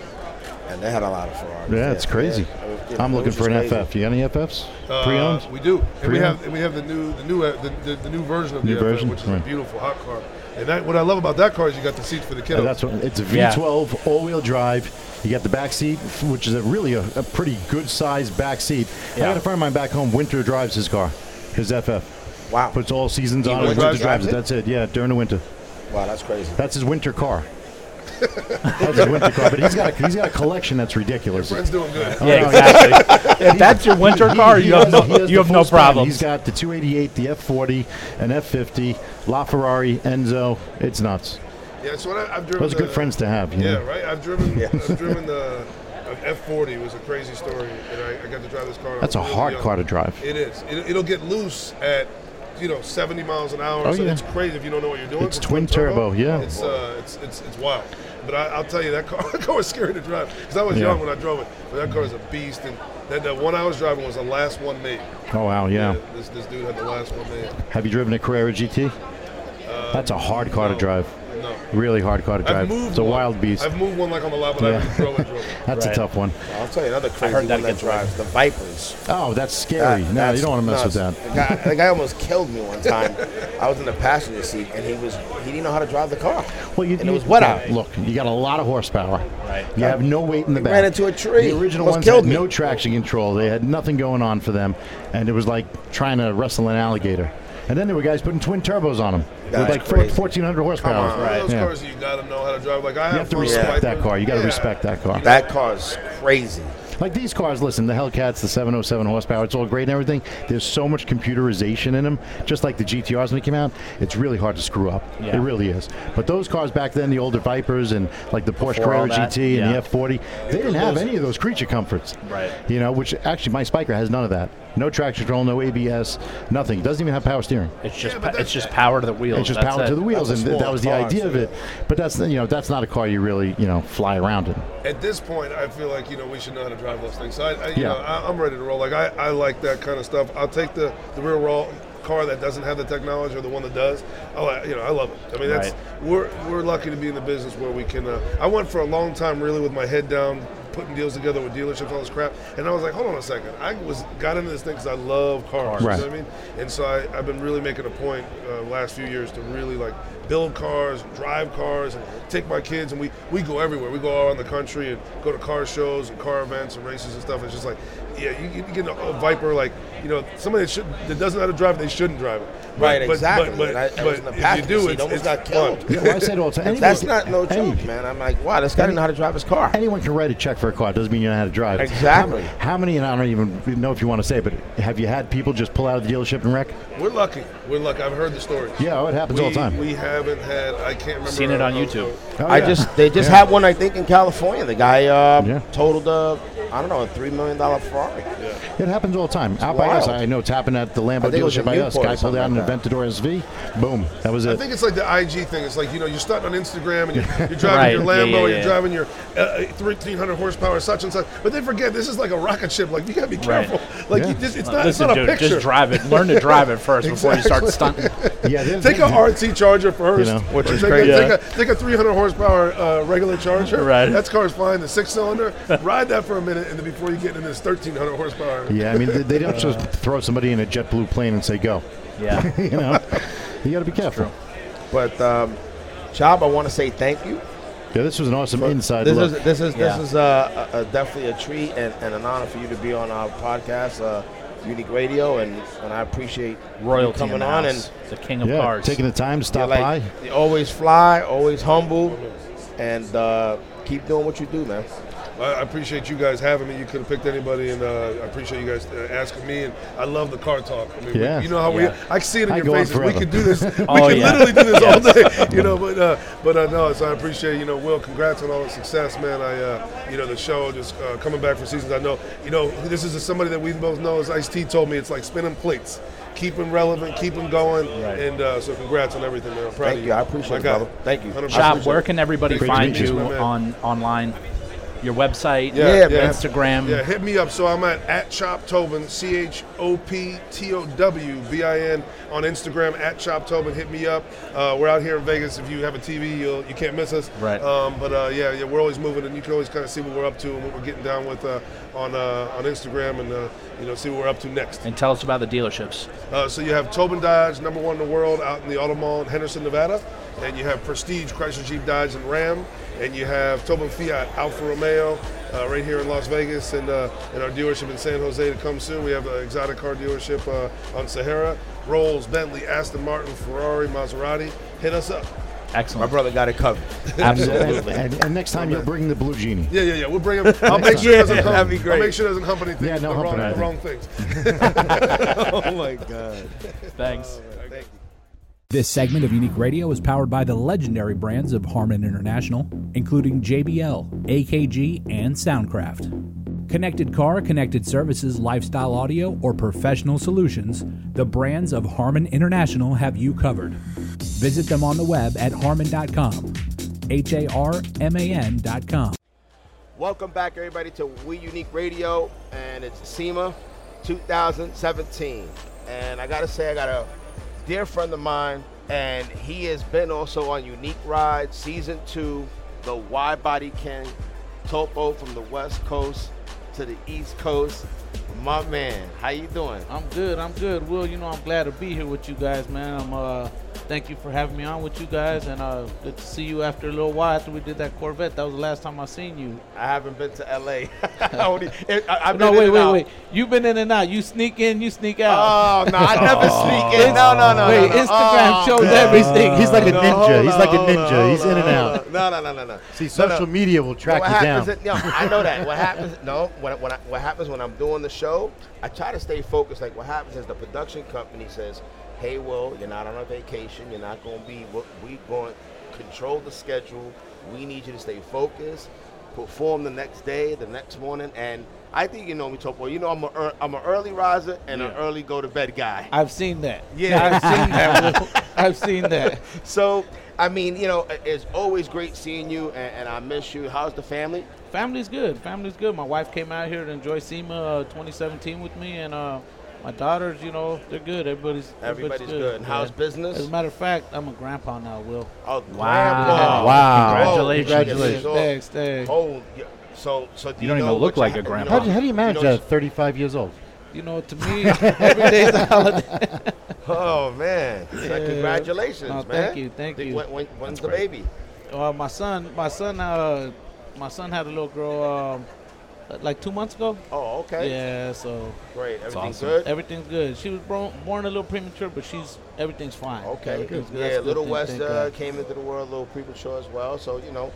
S3: and they had a lot of Ferraris.
S4: Yeah,
S3: there.
S4: it's crazy.
S3: Yeah, it was- you know,
S4: I'm
S3: it
S4: looking
S3: was
S4: for an
S3: just crazy.
S4: FF. Do you got any FFs?
S6: Uh,
S4: Pre-owned?
S6: We do. And we
S4: Pre-owned?
S6: have and we have the new the new uh, the, the, the new version of
S4: New
S6: the
S4: version?
S6: version, which is
S4: Right.
S6: a beautiful hot car. And that, what I love about that car is you got the seats for the
S4: Yeah,
S6: kiddos.
S4: Oh, that's what it's a
S2: Yeah.
S4: V12 all-wheel drive. You got the back seat, which is a really a, a pretty good sized back seat. I
S2: Yeah.
S4: got a friend of mine back home. Winter drives his car, his FF.
S3: Wow.
S4: Puts all seasons
S3: He
S4: on it. Winter
S3: winter drives
S4: drives, it.
S3: it?
S4: That's it. Yeah, during the winter.
S3: Wow, that's crazy.
S4: That's his winter car. that's his winter car. But he's got a, he's got a collection that's ridiculous.
S6: Friend's doing good.
S2: Yeah, exactly. if that's your winter car,
S4: He- he
S2: you have
S4: has
S2: no,
S4: the- he has
S2: you
S4: the
S2: have no
S4: full span.
S2: problems.
S4: He's got the 288, the F40, an F50, LaFerrari, Enzo. It's nuts.
S6: Yeah, so what I, I've driven.
S4: Those are good
S6: the-
S4: friends to have. You
S6: Yeah,
S4: know?
S6: right. I've driven. I've driven the uh, F forty. was a crazy story, and I, I got to drive this car. when I
S4: That's
S6: was
S4: a
S6: really
S4: hard
S6: young.
S4: car to drive.
S6: It is. It, it'll get loose at you know seventy miles an hour.
S4: Oh,
S6: so
S4: yeah.
S6: It's crazy if you don't know what you're doing.
S4: It's twin turbo, yeah.
S6: It's uh, it's, it's it's wild. But I, I'll tell you that car. [laughs] that car was scary to drive because I was
S4: Yeah.
S6: young when I drove it. But that car is a beast, and that, that one I was driving was the last one made.
S4: Oh wow, yeah.
S6: This this dude had the last one made.
S4: Have you driven a Carrera GT?
S3: Uh,
S4: That's a hard car to
S6: no.
S4: drive.
S6: No.
S4: Really hard car to
S6: I've
S4: drive.
S6: moved
S4: It's a
S6: one.
S4: wild beast.
S6: I've moved one like on the lot, but I
S4: Yeah.
S6: haven't drove it. Drove it.
S4: [laughs] that's a
S2: Right.
S4: tough one.
S3: I'll tell you another crazy
S2: heard that
S3: one that
S2: gets right.
S3: drives the Vipers.
S4: Oh, that's scary.
S3: That-
S4: no, you
S3: that's
S4: don't want to mess with that.
S3: nuts. The guy, the guy almost killed me one time. I was in the passenger seat, and he was he didn't know how to drive the car. and it was wet out.
S4: Look, you got a lot of horsepower.
S2: Right.
S4: You have no weight in the
S3: It
S4: back.
S3: ran into a tree.
S4: The original
S3: Almost
S4: ones
S3: killed
S4: had
S3: me.
S4: no traction control. They had nothing going on for them, and it was like trying to wrestle an alligator. And then there were guys putting twin turbos on them with
S3: That's
S4: like four-
S3: crazy.
S4: 1,400 horsepower.
S6: One of those
S4: Yeah.
S6: cars that you gotta know how to drive. Like I
S4: You
S6: have,
S4: have to
S6: fun with
S4: respect
S6: Viper.
S4: that car. You got to
S6: Yeah.
S4: respect that car.
S3: That car's crazy.
S4: Like these cars, listen, the Hellcats, the 707 horsepower, it's all great and everything. There's so much computerization in them, just like the GTRs when they came out. It's really hard to screw up.
S2: Yeah.
S4: It really is. But those cars back then, the older Vipers and like the Porsche
S2: Before all
S4: Carrera
S2: that,
S4: GT and
S2: yeah.
S4: the F40, they didn't have any of those creature comforts.
S2: Right.
S4: You know, which actually my Spiker has none of that. No traction control, no ABS, nothing. It doesn't even have power steering.
S2: It's just
S6: Yeah, but
S2: pa-
S6: that's-
S2: it's just power to the wheels.
S4: It's just
S2: That's
S4: power
S2: it.
S4: to the wheels,
S3: That's
S4: and
S3: a
S4: th- that
S3: small
S4: was the
S3: car,
S4: idea of
S3: so-
S4: it. But that's you know that's not a car you really you know fly around in.
S6: At this point, I feel like you know we should know how to drive those things. So I, I you
S4: Yeah.
S6: know, I, I'm ready to roll. Like I, I like that kind of stuff. I'll take the the real raw car that doesn't have the technology or the one that does. Oh, I like, you know, I love it. I mean, that's we're we're lucky to be in the business where we can. Uh, I went for a long time really with my head down. Putting deals together with dealerships, all this crap, and I was like, "Hold on a second. I was got into this thing because I love cars.
S4: Right.
S6: You know what I mean? And so I, I've been really making a point uh, last few years to really like build cars, drive cars, and take my kids. And we, we go everywhere. We go all around the country and go to car shows and car events and races and stuff. It's just like, yeah, you, you get a Viper like you know somebody that should that doesn't know how to drive, they shouldn't drive it. But-
S3: Right,
S6: but-
S3: exactly.
S6: But,
S3: And I- I
S6: but,
S3: was in the
S6: but if you
S3: passenger
S6: do,
S3: seat,
S6: it's,
S3: almost
S6: it's
S3: got
S6: fun.
S3: killed.
S4: Yeah, well, I said all the time. anybody
S3: That's
S4: can-
S3: not no
S4: any-
S3: joke, man. I'm like, wow, this guy didn't know how to drive his car.
S4: Anyone can write a check for a car. Doesn't mean you know how to drive.
S3: Exactly.
S4: How, how many? And I don't even know if you want to say, it, but have you had people just pull out of the dealership and wreck?
S6: We're lucky. We're lucky. I've heard the stories.
S4: Yeah, oh, it happens all the
S6: We-
S4: time.
S6: We haven't had. I can't remember.
S2: Seen it
S6: a-
S2: on
S6: a-
S2: YouTube.
S6: a-
S4: Oh,
S3: I
S4: yeah.
S3: just they just
S4: Yeah.
S3: had one I think in California. The guy uh,
S4: Yeah.
S3: totaled a I don't know, a $3 million Ferrari.
S7: It happens all the time. out by
S3: wild.
S7: us, I know it's happened at the
S3: I
S7: Lambo
S3: think it was
S7: dealership
S3: in
S7: by us.
S3: Newport or
S7: Guy pulled out an
S3: something like that.
S7: Aventador SV. Boom. That was
S6: I
S7: it.
S6: think it's like the IG thing. It's like you know you're starting on Instagram
S4: [laughs]
S6: and you're, you're driving
S2: Right.
S6: your
S2: Yeah,
S6: Lambo,
S2: yeah,
S6: you're
S2: yeah.
S6: driving your uh, 1300 horsepower such and such, but they forget this is like a rocket ship. Like you gotta be
S2: Right.
S6: careful. Like
S7: Yeah.
S6: you just, it's
S2: Uh,
S6: not
S2: Listen,
S6: it's not
S2: dude,
S6: a picture.
S2: just drive it. Learn to drive it first before you start stunting.
S7: yeah, there's-
S6: Take a RT charger first,
S7: You know.
S3: Which
S6: Or
S3: is
S6: take
S3: crazy.
S6: A, take, a, take a 300 horsepower uh,
S7: [laughs]
S6: regular charger.
S2: Right.
S6: That's car's fine. The six cylinder. ride that for a minute, and then before you get into this 1300 horsepower.
S7: [laughs] Yeah, I mean, they, they don't just throw somebody in a JetBlue plane and say go.
S2: Yeah.
S7: You know, you got to be careful.
S3: But, um, Chop, I want to say thank you.
S7: Yeah, this was an awesome inside
S3: this
S7: look.
S3: is this is
S2: Yeah.
S3: this is uh, a, a definitely a treat and, and an honor for you to be on our podcast, uh, Unique Radio, and, and I appreciate you
S2: Royalty
S3: coming
S2: in the
S3: on
S2: house.
S3: and
S2: the king of
S7: yeah,
S2: cars.
S7: taking the time, to
S3: you're
S7: stop
S3: like [laughs]
S7: by.
S3: you always fly, always humble, and uh, keep doing what you do, man.
S6: I I appreciate you guys having me. You could have picked anybody, and uh, I appreciate you guys uh, asking me. And I love the car talk. I mean, we-
S7: Yeah.
S6: you know how
S2: Yeah.
S6: we. I can see it in
S7: I go
S6: your
S7: on
S6: faces. We
S7: forever.
S6: can do this. We
S2: Oh,
S6: can
S2: yeah.
S6: literally do this all day. [laughs] You know, but uh, but I know. So I appreciate you know. Will, congrats on all the success, man. I uh, you know the show just uh, coming back for seasons. I know you know this is somebody that we both know. As Ice T told me, it's like spinning plates. Keep them relevant, keep them going,
S2: Right.
S6: and uh, so congrats on everything, man. I'm proud
S3: Thank
S6: of
S3: you. I appreciate
S6: My
S3: it,
S6: guy.
S3: brother. Thank you.
S6: 100%.
S2: Shop, where can everybody
S6: Great to
S2: find
S6: meet you.
S2: you
S6: My man.
S2: on online? Your website,
S6: Yeah, Yeah,
S3: yeah.
S2: Instagram.
S6: Yeah, hit me up. So I'm at at Chop Tobin, C H O P T O W B I N on Instagram at Chop Tobin. Hit me up. Uh, we're out here in Vegas. If you have a TV, you'll you can't miss us.
S2: Right.
S6: Um, but uh, yeah, yeah, we're always moving, and you can always kind of see what we're up to and what we're getting down with uh, on uh, on Instagram, and uh, you know see what we're up to next.
S2: And tell us about the dealerships.
S6: Uh, so you have Tobin Dodge, number one in the world, out in the Auto Mall in Henderson, Nevada, and you have Prestige Chrysler Jeep Dodge and Ram, and you have Tobin Fiat Alfa Romeo uh, right here in Las Vegas, and uh, and our dealership in San Jose to come soon. We have an exotic car dealership uh, on Sahara, Rolls, Bentley, Aston Martin, Ferrari, Maserati. Hit us up.
S3: My
S2: Excellent.
S3: brother got it covered. [laughs]
S4: [laughs]
S7: And,
S2: Absolutely.
S7: and, and next time you'll bring the blue genie.
S6: Yeah, yeah, yeah. We'll bring him. I'll make sure
S3: Yeah,
S6: it doesn't hump.
S3: that'd be great.
S6: I'll make sure it doesn't hump anything.
S7: Yeah, no
S6: the
S7: humping
S6: wrong, the
S7: anything.
S6: wrong things.
S3: oh my God.
S2: Thanks.
S6: Thank you.
S9: This segment of Unique Radio is powered by the legendary brands of Harman International, including JBL, AKG, and Soundcraft. Connected car, connected services, lifestyle audio, or professional solutions, the brands of Harman International have you covered. Visit them on the web at harman.com. H A R M A N.com.
S3: Welcome back, everybody, to We Unique Radio, and it's SEMA 2017. And I gotta say, I got a dear friend of mine, and he has been also on Unique Ride Season 2, the Wide Body King, Topo from the West Coast to the East Coast. My man, how you doing?
S10: I'm good. I'm good. Will, you know, I'm glad to be here with you guys, man. I'm uh, thank you for having me on with you guys, and uh, good to see you after a little while after we did that Corvette. That was the last time I seen you.
S3: I haven't been to LA. [laughs] I only, I, I've
S10: no,
S3: been
S10: wait,
S3: in and
S10: wait,
S3: out.
S10: wait. You've been in and out. You sneak in, you sneak out.
S3: Oh no, I never sneak in. No, no, no.
S10: wait,
S3: no, no.
S10: Instagram
S3: Oh,
S10: shows
S3: man.
S10: everything.
S7: He's like a
S3: No, hold
S7: ninja. He's
S3: on,
S7: like a
S3: hold on,
S7: ninja. He's
S3: hold
S7: in and
S3: on,
S7: out.
S3: hold on. No, no, no, no, no.
S7: See, social media will track
S3: what
S7: you down.
S3: happens is- no, I know that. What happens? No, when, when I, what happens when I'm doing the show? I try to stay focused. Like what happens is the production company says, "Hey, Will, you're not on a vacation. You're not going to be. we- We going to control the schedule. We need you to stay focused. Perform the next day, the next morning, and." I think you know me, Topo. You know I'm a ear- I'm an early riser and an early go to
S7: [laughs]
S3: bed guy.
S10: I've seen that.
S3: Yeah.
S10: I've seen that. Will. [laughs] I've seen
S3: [laughs]
S10: that.
S3: So, I mean, you know, it- it's always great seeing you, and, and I miss you. How's the family?
S10: Family's good. Family's good. My wife came out here to enjoy SEMA uh, 2017 with me, and uh, my daughters, you know, they're good. Everybody's
S3: Everybody's good. And how's
S10: Yeah.
S3: business?
S10: As a matter of fact, I'm a grandpa now, Will.
S3: Oh,
S2: Wow.
S7: Wow.
S2: Congratulations.
S7: Congratulations.
S10: Thanks, thanks.
S3: Oh, yeah. so so do
S2: You don't even
S3: know
S2: look
S3: what
S2: like
S3: ha-
S2: a
S3: know
S2: grandpa.
S7: How do, you- how do you manage
S3: know-
S7: that at 35 years old?
S10: You know, to me, every day's a holiday. [laughs]
S3: Oh man! So Congratulations,
S10: No,
S3: man!
S10: Oh, thank you, thank
S3: Did-
S10: you.
S3: When, when, when's the baby?
S10: Uh, my son, my son, uh, my son had a little girl, um, like two months ago.
S3: Oh, okay.
S10: Yeah, so
S3: Great. Everything's
S2: awesome.
S3: good.
S10: everything's good. She was born, born a little premature, but she's everything's fine.
S3: Okay.
S10: Everything's good. That's
S3: Yeah,
S10: a good
S3: Little
S10: thing,
S3: West
S10: thank
S3: uh,
S10: God.
S3: came into the world a little premature as well. So you know,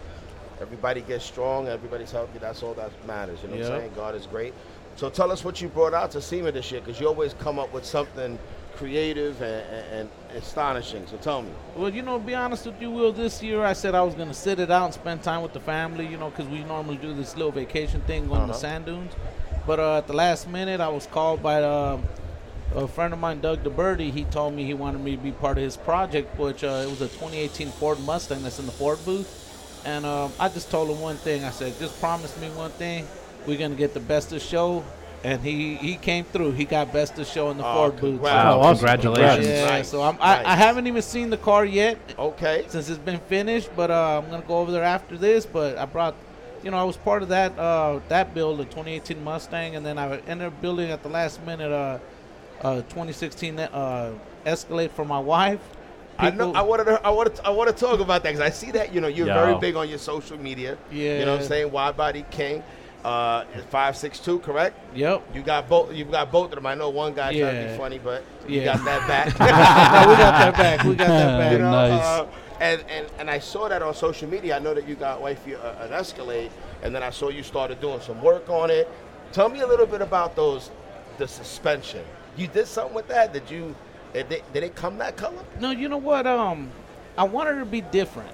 S3: everybody gets strong. Everybody's healthy. That's all that matters. You know what I'm
S10: Yep.
S3: saying? God is great. So tell us what you brought out to SEMA this year, because you always come up with something creative and, and, and astonishing. So tell me.
S10: Well, you know, be honest with you, Will, this year I said I was going to sit it out and spend time with the family, you know, because we normally do this little vacation thing on the sand dunes. But uh, at the last minute, I was called by uh, a friend of mine, Doug DeBerti. He told me he wanted me to be part of his project, which uh, it was a 2018 Ford Mustang that's in the Ford booth. And um, I just told him one thing. I said, just promise me one thing. We're going to get the best of show. And he, he came through. He got best of show in the Ford booth.
S2: Wow,
S4: Oh, awesome.
S2: congratulations.
S10: Yeah,
S3: Nice.
S10: so I'm, I, I
S3: Nice.
S10: haven't even seen the car yet Oh,
S3: Okay.
S10: since it's been finished, but uh, I'm gonna go over there after this. But I brought, you know, I was part of that uh, that build, the 2018 Mustang, and then I ended up building at the last minute uh, uh, 2016 uh, Escalade for my wife.
S3: I know.
S10: People-
S3: I wanted. To, I wanted. I want to talk about that because I see that. You know, you're
S2: Yo.
S3: very big on your social media. You know what I'm
S10: Yeah.
S3: saying? Wide body king, uh, five six two, correct?
S10: Yep.
S3: You got both. You got both of them. I know one guy trying to be
S10: Yeah.
S3: funny, but you
S10: Yeah.
S3: got that back.
S10: [laughs] No, we got that back. We got that back.
S3: you know,
S2: Nice.
S3: uh, and, and and I saw that on social media. I know that you got wifey a- an Escalade, and then I saw you started doing some work on it. Tell me a little bit about those, the suspension. You did something with that? Did you? Did they, did it come that color?
S10: No, you know what? Um, I wanted to be different.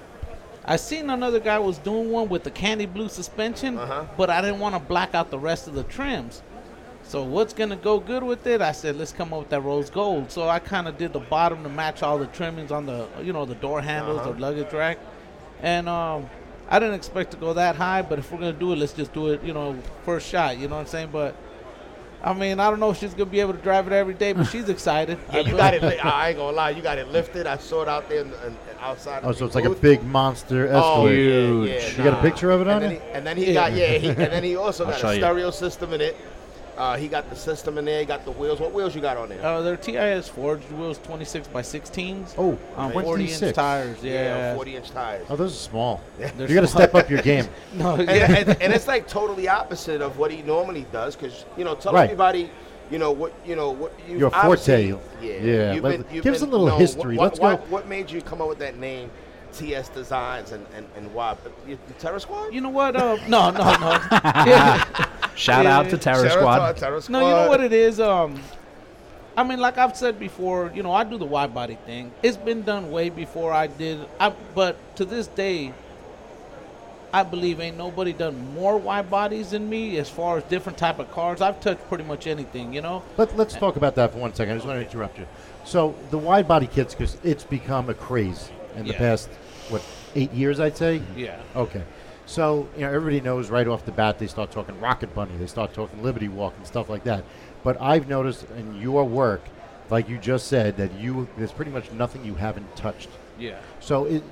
S10: I seen another guy was doing one with the candy blue suspension,
S3: Uh-huh.
S10: but I didn't want to black out the rest of the trims. So what's gonna go good with it? I said let's come up with that rose gold. So I kind of did the bottom to match all the trimmings on the, you know, the door handles,
S3: Uh-huh.
S10: the luggage rack, and um, I didn't expect to go that high. But if we're gonna do it, let's just do it, you know, first shot. You know what I'm saying? But I mean, I don't know if she's gonna be able to drive it every day, but she's excited.
S3: Yeah,
S10: I
S3: you
S10: bet.
S3: got it. Li- [laughs] I ain't gonna lie, you got it lifted. I saw it out there in, the- in, in- outside.
S4: Oh,
S3: of
S4: so
S3: the
S4: it's like a
S3: booth.
S4: big monster
S3: Oh,
S4: Escalade.
S3: Yeah, yeah,
S4: You got
S3: nah.
S4: a picture of it
S3: and
S4: on
S3: then
S4: it?
S3: he, and then he got yeah, he, and then [laughs] he also got
S2: show
S3: a
S2: you.
S3: stereo system in it. Uh, he got the system in there. He got the wheels. What wheels you got on there?
S10: Uh, they're TIS forged wheels, 26 by 16s.
S4: Oh,
S10: um,
S4: 26.
S10: 40-inch tires. Yeah.
S3: forty inch tires.
S4: Oh, those are small.
S10: They're
S4: you got to
S10: small.
S4: step up your game.
S10: [laughs] no, yeah.
S3: and, and, and it's like totally opposite of what he normally does because you know tell
S4: Right.
S3: everybody you know what you know what you
S4: Your
S3: obviously-
S4: forte.
S3: yeah
S4: Yeah,
S3: you've
S4: let-
S3: been- you've
S4: give us
S3: been-
S4: a little
S3: no,
S4: history.
S3: what,
S4: Let's
S3: what,
S4: go.
S3: what made you come up with that name TS Designs and and, and why the Terror Squad
S10: You know what? Uh, no, no, no. Yeah.
S2: Shout out to Terror
S3: Terror
S2: Squad.
S3: Terror Squad
S10: No, you know what it is? Um, I mean, like I've said before, you know, I do the wide body thing. It's been done way before I did. I, but to this day, I believe ain't nobody done more wide bodies than me as far as different type of cars. I've touched pretty much anything, you know.
S4: Let, let's talk about that for one second. I just want to interrupt you. So the wide body kits, because it's become a craze in the
S10: Yeah.
S4: past what eight years, I'd say.
S10: Yeah.
S4: Okay. So you know everybody knows right off the bat they start talking Rocket Bunny, they start talking Liberty Walk and stuff like that. But I've noticed in your work, like you just said, that you there's pretty much nothing you haven't touched.
S10: Yeah.
S4: So it,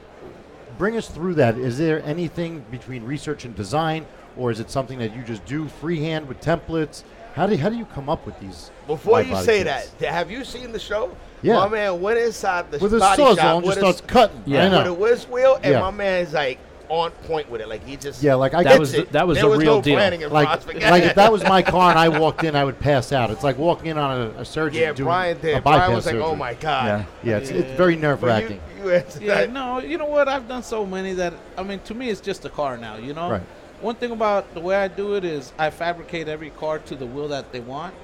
S4: bring us through that. Is there anything between research and design, or is it something that you just do freehand with templates? How do, how do you come up with these?
S3: Before
S4: wide
S3: you
S4: body
S3: say
S4: kits?
S3: that, th- have you seen the show?
S4: Yeah.
S3: My man went inside the
S4: with his
S3: body shop
S4: sawzall
S3: with
S4: and just
S3: his-
S4: starts cutting.
S2: Yeah.
S4: I
S3: with a
S4: know.
S3: whiz wheel, and
S4: Yeah.
S3: my man's like on point with it. Like he just
S4: Yeah, like I
S2: That
S4: get
S2: was
S3: hits
S2: the-
S3: it.
S2: that was
S3: there
S2: the
S3: was
S2: real
S3: no
S2: deal.
S3: Planning
S4: [laughs] like,
S3: involved. Forget
S4: like
S3: it.
S4: if that was my car and I walked in, I would pass out. It's like walking in on a, a
S3: [laughs]
S4: surgeon.
S3: yeah,
S4: doing
S3: Brian
S4: A
S3: did.
S4: bypass
S3: Brian was like,
S4: surgery.
S3: "Oh my god."
S4: Yeah, it's, it's very nerve
S3: But
S4: wracking.
S3: you, you [laughs] answered
S10: Yeah,
S3: that.
S10: no, you know what? I've done so many that I mean, to me, it's just a car now. You know,
S4: Right.
S10: one thing about the way I do it is I fabricate every car to the wheel that they want.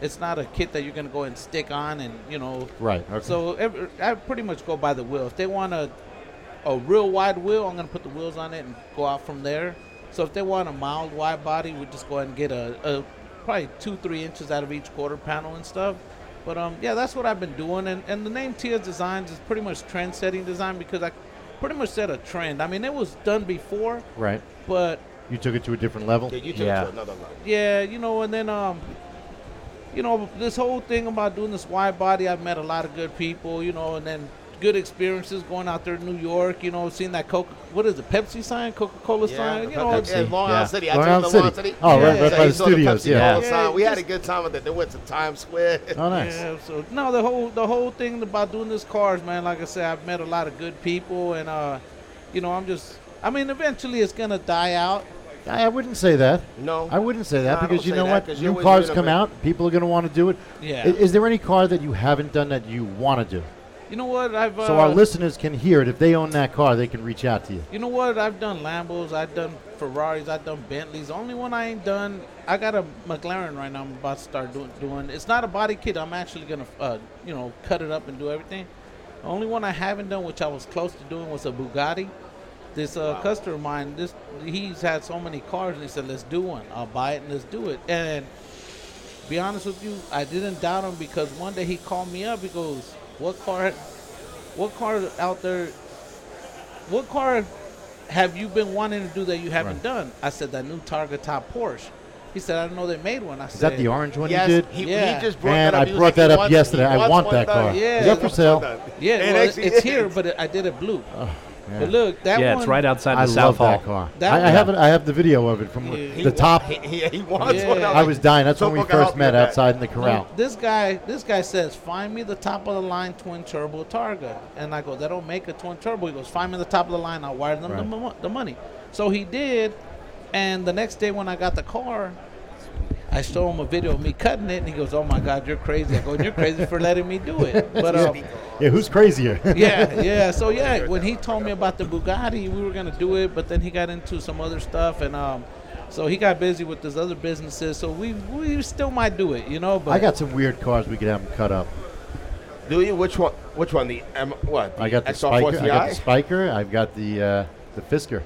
S10: It's not a kit that you're gonna go and stick on, and you know,
S4: Right. Okay.
S10: so every, I pretty much go by the wheel. If they want a a real wide wheel, I'm gonna put the wheels on it and go out from there. So if they want a mild wide body, we just go ahead and get a, a probably two three inches out of each quarter panel and stuff. But um, yeah, that's what I've been doing. And and the name Tia Designs is pretty much trend setting design because I pretty much set a trend. I mean, it was done before,
S4: right.
S10: but
S4: You took it to a different level.
S3: Yeah, you took
S2: Yeah.
S3: it to another level.
S10: yeah, you know, and then um, you know, this whole thing about doing this wide body, I've met a lot of good people, you know, and then good experiences going out there to New York, you know, seeing that Coca, what is it, Pepsi sign, Coca Cola sign, you know,
S3: yeah, Long
S2: yeah.
S3: Island City. I
S4: Long
S3: took him to
S4: Island
S3: Long Island
S4: City.
S3: City.
S4: Oh,
S10: right- right
S3: So
S4: by
S3: he
S4: the
S3: saw the
S4: studios,
S3: Pepsi
S4: yeah.
S3: Cola
S10: Yeah,
S3: sign. We had a
S10: just-
S3: good time with it. They went to Times Square.
S4: Oh, nice.
S10: Yeah, so no, the whole the whole thing about doing this cars, man. Like I said, I've met a lot of good people, and uh, you know, I'm just, I mean, eventually it's gonna die out.
S4: I, I wouldn't say that.
S3: No.
S4: I wouldn't say
S3: No,
S4: that
S3: I
S4: because
S3: don't
S4: you
S3: say
S4: know
S3: that
S4: what?
S3: 'cause you
S4: New
S3: always
S4: cars
S3: get 'em
S4: come
S3: in-
S4: out. People are going to want to do it.
S10: Yeah.
S4: I- Is, there any car that you haven't done that you want to do?
S10: You know what? I've uh,
S4: So our listeners can hear it. If they own that car, they can reach out to you.
S10: You know what? I've done Lambos, I've done Ferraris, I've done Bentleys. The only one I ain't done, I got a McLaren right now. I'm about to start doing. doing. It's not a body kit. I'm actually gonna, uh, you know, cut it up and do everything. The only one I haven't done, which I was close to doing, was a Bugatti. This uh, customer of mine, this he's had so many cars, and he said, "Let's do one. I'll buy it and let's do it." And be honest with you, I didn't doubt him because one day he called me up. He goes, "What car? What car out there? What car have you been wanting to do that you haven't done?" I said, "That new Targa top Porsche." He said, "I don't know they made one." I
S4: Is
S10: said,
S4: that the orange one
S3: Yes,
S4: you did?
S3: he,
S10: Yeah.
S3: he just brought
S4: Man,
S3: that up.
S4: I
S3: He was
S4: brought
S3: like,
S4: that
S3: he
S4: up
S3: wants-
S4: yesterday.
S3: he
S4: I
S3: wants
S4: want
S3: one
S4: that car.
S3: done.
S10: Yeah.
S4: Is that for sale?
S10: Yeah,
S3: It
S10: well,
S3: actually
S10: it's
S3: is.
S10: here, but it, I did it blue. But look, that
S2: Oh, Yeah,
S10: one.
S2: it's right outside the
S4: I
S2: South
S4: love
S2: Hall.
S4: that car.
S10: That
S4: I, I
S10: one.
S4: have it. I have the video of it from
S10: Yeah.
S4: the top.
S3: He, he, he wants
S10: Yeah.
S3: one.
S10: I
S4: I was dying. That's when we
S3: Someone can help
S4: first
S3: me
S4: met
S3: with that.
S4: outside in the
S10: Look,
S4: corral.
S10: This guy, this guy says, "Find me the top of the line twin turbo Targa," and I go, "They don't make a twin turbo." He goes, "Find me the top of the line. I'll wire them the,
S4: Right.
S10: mo- the money." So he did, and the next day when I got the car, I showed him a video of me cutting it, and he goes, "Oh my God, you're crazy!" I go, "You're crazy for letting me
S4: [laughs]
S10: do it." But um,
S4: Yeah, who's crazier? [laughs]
S10: yeah, yeah. So yeah, when he told me about the Bugatti, we were gonna do it, but then he got into some other stuff, and um, so he got busy with his other businesses. So we we still might do it, you know. But
S4: I got some weird cars we could have them cut up.
S3: Do you? Which one? Which one? The M, what?
S4: I got the
S3: XR4
S4: spiker. I got
S3: Ti?
S4: the spiker. I've got the uh, the Fisker.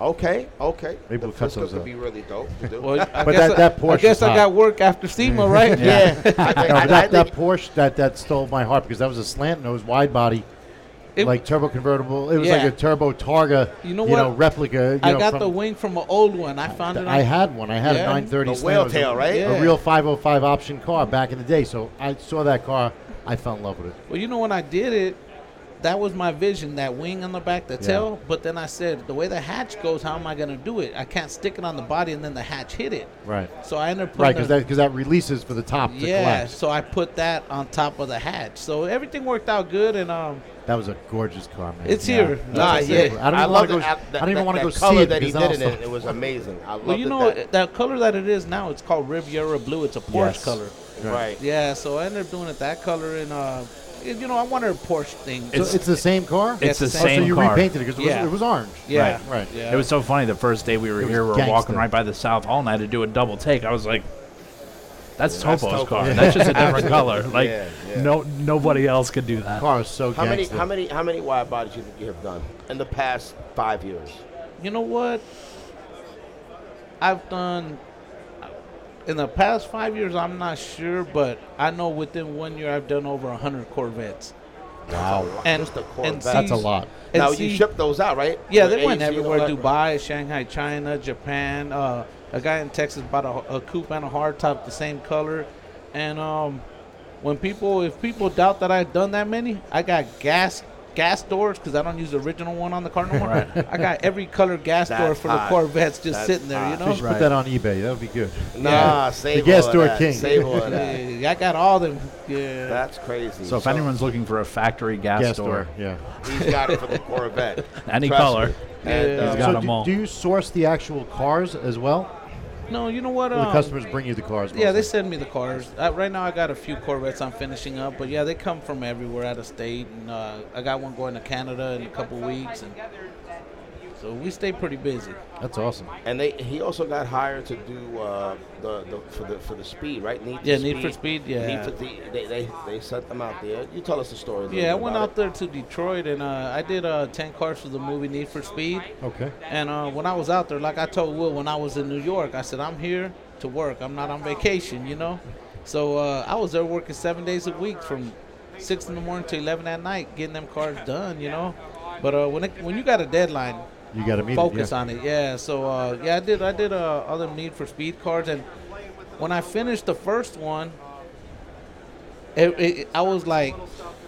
S3: Okay, okay.
S4: Maybe
S3: the
S4: we'll cut
S3: Fusca
S4: those
S3: could
S4: up.
S3: be really dope. to do.
S10: Well, I
S4: But
S10: guess
S4: that-
S10: I,
S4: that Porsche
S10: I guess
S4: is
S10: I
S4: hot. Mm-hmm.
S10: got work after SEMA,
S4: [laughs]
S10: right?
S3: yeah, I think,
S4: No,
S3: I,
S4: but that,
S3: I
S4: that
S3: think
S4: Porsche that that stole my heart because that was a slant nose wide body.
S10: It-
S4: like turbo convertible, it was
S10: Yeah.
S4: like a turbo Targa,
S10: You know what?
S4: replica. You
S10: I
S4: know,
S10: got
S4: from-
S10: the wing from an old one. I found it. On,
S4: I had one. I had
S10: Yeah.
S4: a 930
S3: The
S4: slant. It
S3: whale
S4: was
S3: tail,
S4: a,
S3: right?
S10: Yeah.
S4: A real 505 option car back in the day. So I saw that car. I fell in love with it.
S10: Well, you know when I did it, that was my vision. That wing on the back, the
S4: Yeah.
S10: tail. But then I said, the way the hatch goes, how am I gonna do it? I can't stick it on the body, and then the hatch hit it.
S4: Right.
S10: So I ended up putting
S4: Right, because
S10: a-
S4: that because that releases for the top to
S10: Yeah,
S4: collapse.
S10: so I put that on top of the hatch. So everything worked out good, and um,
S4: That was a gorgeous car, man.
S10: It's
S4: Yeah.
S10: here.
S4: That's
S10: Nah,
S4: what
S10: yeah.
S4: said. I don't even want
S3: love
S4: to go.
S3: the-
S4: I
S3: that-
S4: don't even
S3: that-
S4: want to
S3: that
S4: go
S3: color
S4: see it
S3: that he
S4: because
S3: did
S4: I'll
S3: in
S4: still-
S3: it. It was amazing. I love
S10: well, you know that. color that it is now, it's called Riviera blue. It's a Porsche
S4: Yes.
S10: color.
S3: right?
S10: Yeah, so I ended up doing it that color, and uh, it- you know, I wanted a Porsche thing.
S4: So it's, the same car.
S2: It's the
S10: the
S4: Oh, so
S2: same
S4: you
S2: car.
S4: repainted it because it,
S10: Yeah.
S4: was, it was orange.
S10: yeah,
S4: Right. right.
S10: Yeah.
S2: It was so funny. The first day we were
S4: It was
S2: here, we were
S4: gangster.
S2: walking right by the South Hall, and I had to do a double take. I was like, "That's Topo's
S3: Topo.
S2: car. That's just a different color. Like,
S3: Yeah, yeah.
S2: no, nobody else could do that."
S4: Car is so
S3: How many?
S4: gangster.
S3: How many? How many wide bodies you think you have done in the past five years?
S10: You know what? I've done in the past five years. I'm not sure, but I know within one year I've done over hundred Corvettes.
S3: Wow,
S10: And-
S3: just a
S10: and
S3: Corvette.
S10: see-
S4: That's a lot.
S10: And
S3: now
S10: see-
S3: you ship those out, right?
S10: Yeah,
S3: With
S10: they went
S3: AC and all
S10: everywhere.
S3: that?
S10: Dubai, Shanghai, China, Japan. Uh, a guy in Texas bought a, a coupe and a hardtop the same color. And um, when people, if people doubt that I've done that many, I got gas gas doors because I don't use the original one on the car no more. I got every color gas door
S3: That's
S10: for
S3: hot.
S10: the Corvettes just
S3: That's
S10: sitting there,
S3: hot.
S4: We
S10: you know.
S4: should put that on eBay. That would be good.
S3: Nah,
S10: Yeah.
S3: save
S4: The guest
S3: all of
S4: door
S3: that.
S4: king.
S3: Save all of that.
S10: [laughs] Yeah, I got all them. Yeah.
S3: That's crazy.
S2: So if anyone's looking for a factory gas,
S4: Gas
S2: door,
S4: door. Yeah.
S3: he's got it for the Corvette,
S2: [laughs] Any
S3: Trust
S2: color.
S3: me. And,
S10: Yeah.
S3: uh,
S2: He's got
S4: so
S2: 'em
S4: do,
S2: all.
S4: do you source the actual cars as well?
S10: no, you know what?
S4: Or the
S10: um,
S4: customers bring you the cars?
S10: Yeah, they
S4: mostly?
S10: send me the cars. Uh, right now, I got a few Corvettes I'm finishing up, but yeah, they come from everywhere out of state, and uh, I got one going to Canada in a couple weeks, and so we stay pretty busy.
S4: That's awesome.
S3: and they he also got hired to do uh, the, the for the for the speed, right? Need
S10: Yeah, Need for Speed, yeah.
S3: Need for the, they, they they sent them out there. You tell us the story. a little
S10: Yeah, I
S3: bit
S10: went
S3: about
S10: out there to Detroit, and uh, I did uh, ten cars for the movie Need for Speed.
S4: Okay.
S10: And uh, when I was out there, like I told Will, when I was in New York, I said, I'm here to work. I'm not on vacation, you know? So uh, I was there working seven days a week from 6 in the morning to 11 at night, getting them cars done, you know? But uh, when, it, when you got a deadline,
S4: You got to meet.
S10: focus
S4: it, yeah.
S10: on it. Yeah. So uh, yeah, I did. I did uh, other Need for Speed cards, and when I finished the first one, it, it, I was like,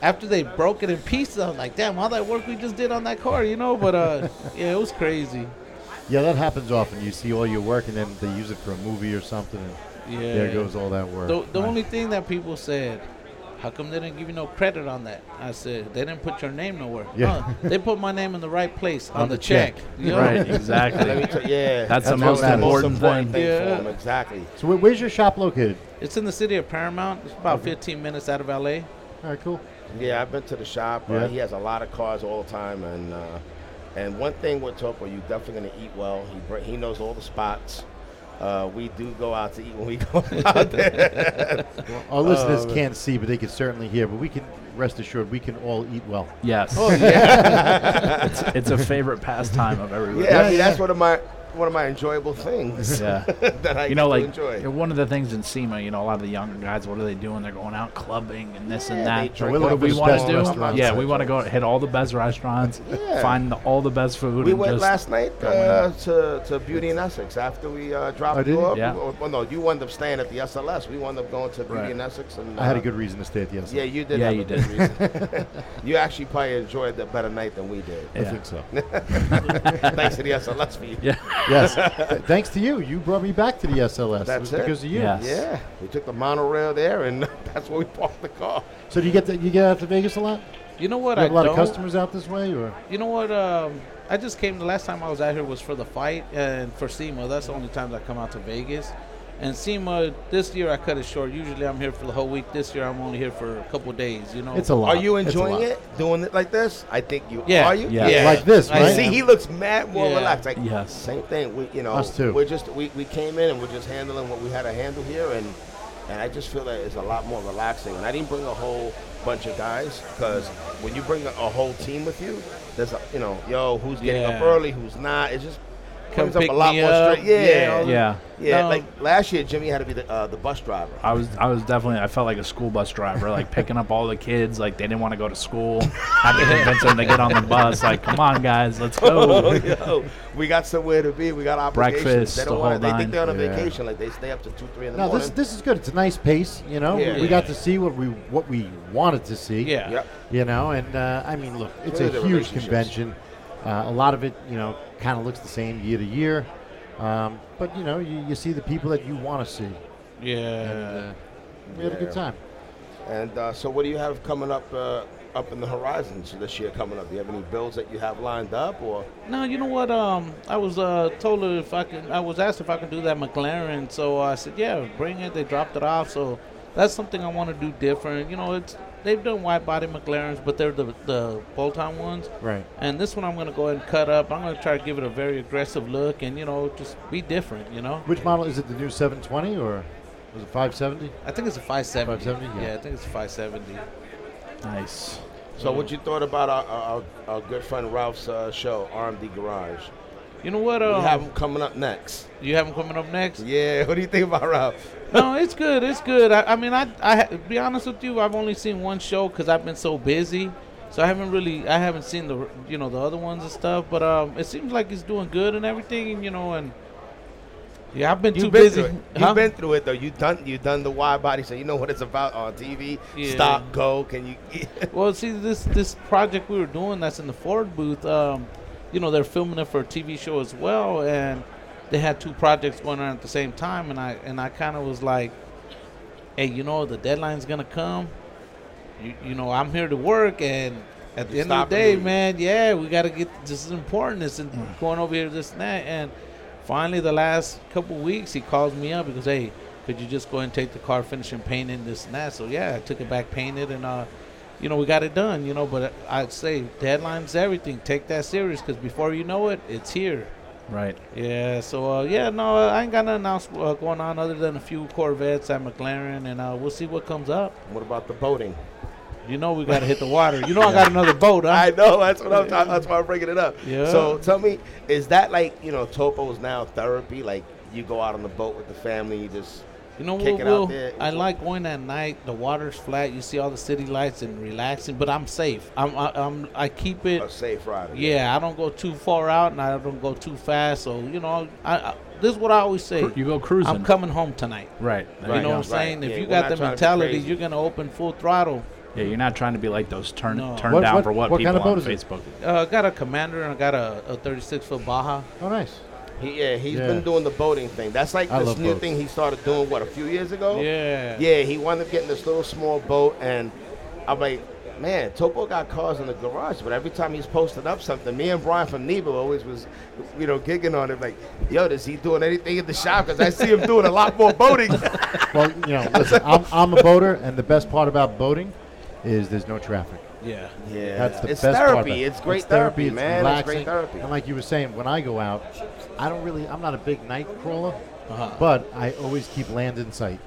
S10: after they broke it in pieces, I was like, damn, all that work we just did on that car, you know? But uh, [laughs] yeah, it was crazy.
S4: Yeah, that happens often. You see all your work, and then they use it for a movie or something, and
S10: Yeah.
S4: there goes all that work.
S10: The, the
S4: Right.
S10: only thing that people said, how come they didn't give you no credit on that? I said, they didn't put your name nowhere.
S4: Yeah.
S10: No, they put my name in the right place on, the,
S4: the
S10: check.
S4: check.
S10: you
S2: [laughs]
S10: know?
S2: right?
S3: it. Let me
S2: Exactly.
S3: tell- yeah,
S2: That's the
S3: what
S2: most
S3: was the
S2: important
S3: important
S2: thing.
S10: Yeah.
S3: for him. Exactly.
S4: So wh- where's your shop located?
S10: It's in the city of Paramount. It's about 15 minutes out of LA.
S7: All right, cool.
S3: Yeah, I've been to the shop.
S7: Yeah.
S3: Uh, he has a lot of cars all the time, and uh, and one thing with Topo, you definitely gonna eat well. He br- he knows all the spots. Uh, we do go out to eat when we [laughs] go out there.
S7: Our listeners
S4: Uh,
S7: can't see, but they can certainly hear. But we can rest assured, we can all eat well.
S2: Yes.
S3: Oh,
S2: [laughs] it's a favorite pastime of everybody.
S3: yeah, I mean that's one of my one of my enjoyable things
S2: Yeah.
S3: [laughs] that I
S2: You know,
S3: get
S2: like
S3: to enjoy.
S2: you know, one of the things in SEMA, you know, a lot of the younger guys, what are they doing? They're going out clubbing and this and
S3: Yeah, they
S2: that.
S3: drink
S2: What
S3: all
S2: do
S3: the
S2: we want
S3: best
S2: to
S3: restaurants.
S2: do? Yeah, we want to go hit all the best restaurants,
S3: Yeah.
S2: find the, all the best food.
S3: We
S2: and
S3: went
S2: just,
S3: last night uh, to, to Beauty in Essex after we uh, dropped
S7: Oh, did
S3: you
S7: you?
S3: off.
S2: Yeah.
S3: Well, well, no, you wound up staying at the SLS. We wound up going to Beauty
S2: Right.
S3: in Essex, and
S7: I had a
S3: uh,
S7: good reason to stay at the SL.
S3: Yeah, you did.
S2: Yeah,
S3: have
S2: you
S3: a good reason. [laughs] you actually probably enjoyed that better night than we did.
S7: I think so.
S3: [laughs] Thanks to the SLS for you.
S2: Yeah.
S7: yes. Th- Thanks to you, you brought me back to the SLS.
S3: That's
S7: was
S3: it.
S7: because of you.
S2: Yes.
S3: Yeah, we took the monorail there, and [laughs] that's where we parked the car.
S7: So do you get to, you get out to Vegas a lot?
S10: You know what?
S7: You have a
S10: I
S7: lot
S10: don't.
S7: of customers out this way, or
S10: You know what? Um, I just came. The last time I was out here was for the fight and for SEMA. That's the only times I come out to Vegas. And SEMA this year I cut it short. Usually I'm here for the whole week. This year I'm only here for a couple days. You know.
S7: it's a lot.
S3: Oh. Are you
S7: It's a
S3: enjoying
S7: lot.
S3: it, doing it like this? I think you
S10: Yeah.
S3: are. You
S2: Yeah.
S7: Like this,
S10: I
S3: I
S7: right?
S3: see. He looks mad, more
S10: Yeah.
S3: relaxed. Like,
S2: Yes.
S3: Same thing. We, you know,
S7: Us too.
S3: We're just we, we came in and we're just handling what we had to handle here, and and I just feel that it's a lot more relaxing. And I didn't bring a whole bunch of guys because when you bring a, a whole team with you, there's a, you know, yo, who's getting up
S10: Yeah.
S3: early, who's not. It just
S10: Come
S3: comes up
S10: pick
S3: a lot
S10: me
S3: more
S10: up.
S3: straight. Yeah.
S10: Yeah.
S2: Yeah.
S3: Yeah,
S10: No.
S3: like last year, Jimmy had to be the uh, the bus driver. [laughs]
S2: I was I was definitely I felt like a school bus driver, like picking up all the kids, like they didn't want to go to school. Had to convince them to get on the bus, like, come on guys, let's
S3: [laughs]
S2: go.
S3: Oh, Yo, we got somewhere to be. We got obligations.
S2: Breakfast,
S3: they
S2: the
S3: don't
S2: whole
S3: want. They
S2: nine.
S3: think they're on a
S2: Yeah.
S3: vacation. Like they stay up to two, three in the
S7: No,
S3: morning.
S7: this this is good. It's a nice pace, you know.
S3: Yeah.
S7: we got to see what we what we wanted to see.
S10: Yeah.
S3: Yep.
S7: You know, and uh, I mean, look, it's
S3: Look
S7: a
S3: at the
S7: huge
S3: relationships.
S7: convention. Uh, a lot of it, you know, kind of looks the same year to year. Um, but you know, you, you see the people that you want to see.
S10: yeah.
S7: We had a good
S3: Yeah.
S7: time.
S3: And uh, so, what do you have coming up uh, up in the horizons this year? Coming up, do you have any builds that you have lined up, or
S10: No, you know what? Um, I was uh, told if I can. I was asked if I can do that McLaren, so I said, "Yeah, bring it." They dropped it off, so that's something I want to do different. You know, it's they've done wide body McLarens, but they're the the bolt-on ones,
S7: Right.
S10: and this one I'm gonna go ahead and cut up. I'm gonna try to give it a very aggressive look, and you know, just be different. You know,
S7: Which model is it? The new 720 or was it 570?
S10: I think it's a 570.
S7: 570, yeah.
S10: I think it's a 570.
S2: Nice.
S3: so?
S2: Mm.
S3: What you thought about our, our, our good friend Ralph's uh, show, RMD Garage?
S10: You know what?
S2: Oh.
S3: We
S10: Um,
S3: have him coming up next.
S10: you have them coming up next.
S3: Yeah, [laughs] what do you think about Ralph?
S10: no, it's good. It's good. I, I mean, I, I ha- be honest with you, I've only seen one show because I've been so busy, so I haven't really, I haven't seen the, you know, the other ones and stuff. But um, it seems like he's doing good and everything, you know, and yeah, I've been too
S3: You've been
S10: busy.
S3: through it. You've
S10: Huh?
S3: been through it though. You done you done the wide body, so you know what it's about on TV.
S10: Yeah.
S3: Stop, go. Can you? [laughs]
S10: Well, see, this this project we were doing that's in the Ford booth, um, you know, they're filming it for a TV show as well, and they had two projects going on at the same time, and I and I kind of was like, hey, you know, the deadline's gonna come. You, you know, I'm here to work, and at the
S3: You
S10: end of
S3: stop
S10: the
S3: and
S10: day,
S3: leave.
S10: man, yeah, we gotta get this is important. This is going over here, this and that, and finally, the last couple weeks, he calls me up because hey. Could you just go and take the car, finish and paint it, this and that? So yeah, I took it back, painted, and uh, you know, we got it done, you know, but I'd say deadline's everything. Take that serious because before you know it, it's here.
S2: Right.
S10: Yeah, so, uh, yeah, no, I ain't got nothing else uh, going on other than a few Corvettes at McLaren, and uh, we'll see what comes up.
S3: what about the boating?
S10: You know, we got to hit the water. You
S3: [laughs]
S10: know, I got another boat.
S3: I
S10: Huh?
S3: know that's what I'm talking. That's why I'm bringing it up.
S10: Yeah.
S3: So tell me, is that like you know Topo's now therapy? Like you go out on the boat with the family, you just
S10: You know
S3: Kick
S10: what,
S3: it out
S10: Will?
S3: there.
S10: I like going at night. The water's flat. You see all the city lights and relaxing, but I'm safe. I'm, I, I'm, I keep it.
S3: a safe rider.
S10: Yeah, I don't go too far out, and I don't go too fast. So, you know, I, I this is what I always say.
S2: You go cruising.
S10: I'm coming home tonight.
S2: Right. There
S10: You
S3: Right.
S10: know what I'm
S3: Yeah.
S10: saying?
S3: Right.
S10: If
S3: Yeah,
S10: you
S3: we're
S10: got
S3: not
S10: the
S3: trying to be
S10: mentality,
S3: crazy.
S10: you're gonna open full throttle.
S2: Yeah, you're not trying to be like those turned
S10: No.
S2: turned
S7: What-
S2: down
S7: what-
S2: for what,
S7: what
S2: people
S7: kind of boat
S2: on
S7: is it?
S2: Facebook.
S10: Uh, I got a commander and I got a, a 36 foot Baja.
S7: Oh, nice.
S3: He, yeah, he's
S7: Yeah.
S3: been doing the boating thing. That's like
S7: I
S3: this
S7: love
S3: new
S7: boats.
S3: thing he started doing. What a few years ago.
S10: Yeah.
S3: Yeah, he wound up getting this little small boat, and I'm like, man, Topo got cars in the garage, but every time he's posting up something, me and Brian from Nebo always was, you know, gigging on him like, yo, is he doing anything in the shop? Because I see him doing a lot more boating. [laughs]
S7: Well, you know, listen, I'm, I'm a boater, and the best part about boating is there's no traffic.
S2: Yeah.
S3: Yeah,
S7: That's the
S3: it's
S7: best part
S3: therapy.
S7: about it.
S3: It's great therapy,
S7: it's
S3: man. It's great
S7: relaxing.
S3: therapy.
S7: And like you were saying, when I go out, I don't really. I'm not a big night crawler,
S10: Uh-huh.
S7: but I always keep land in sight.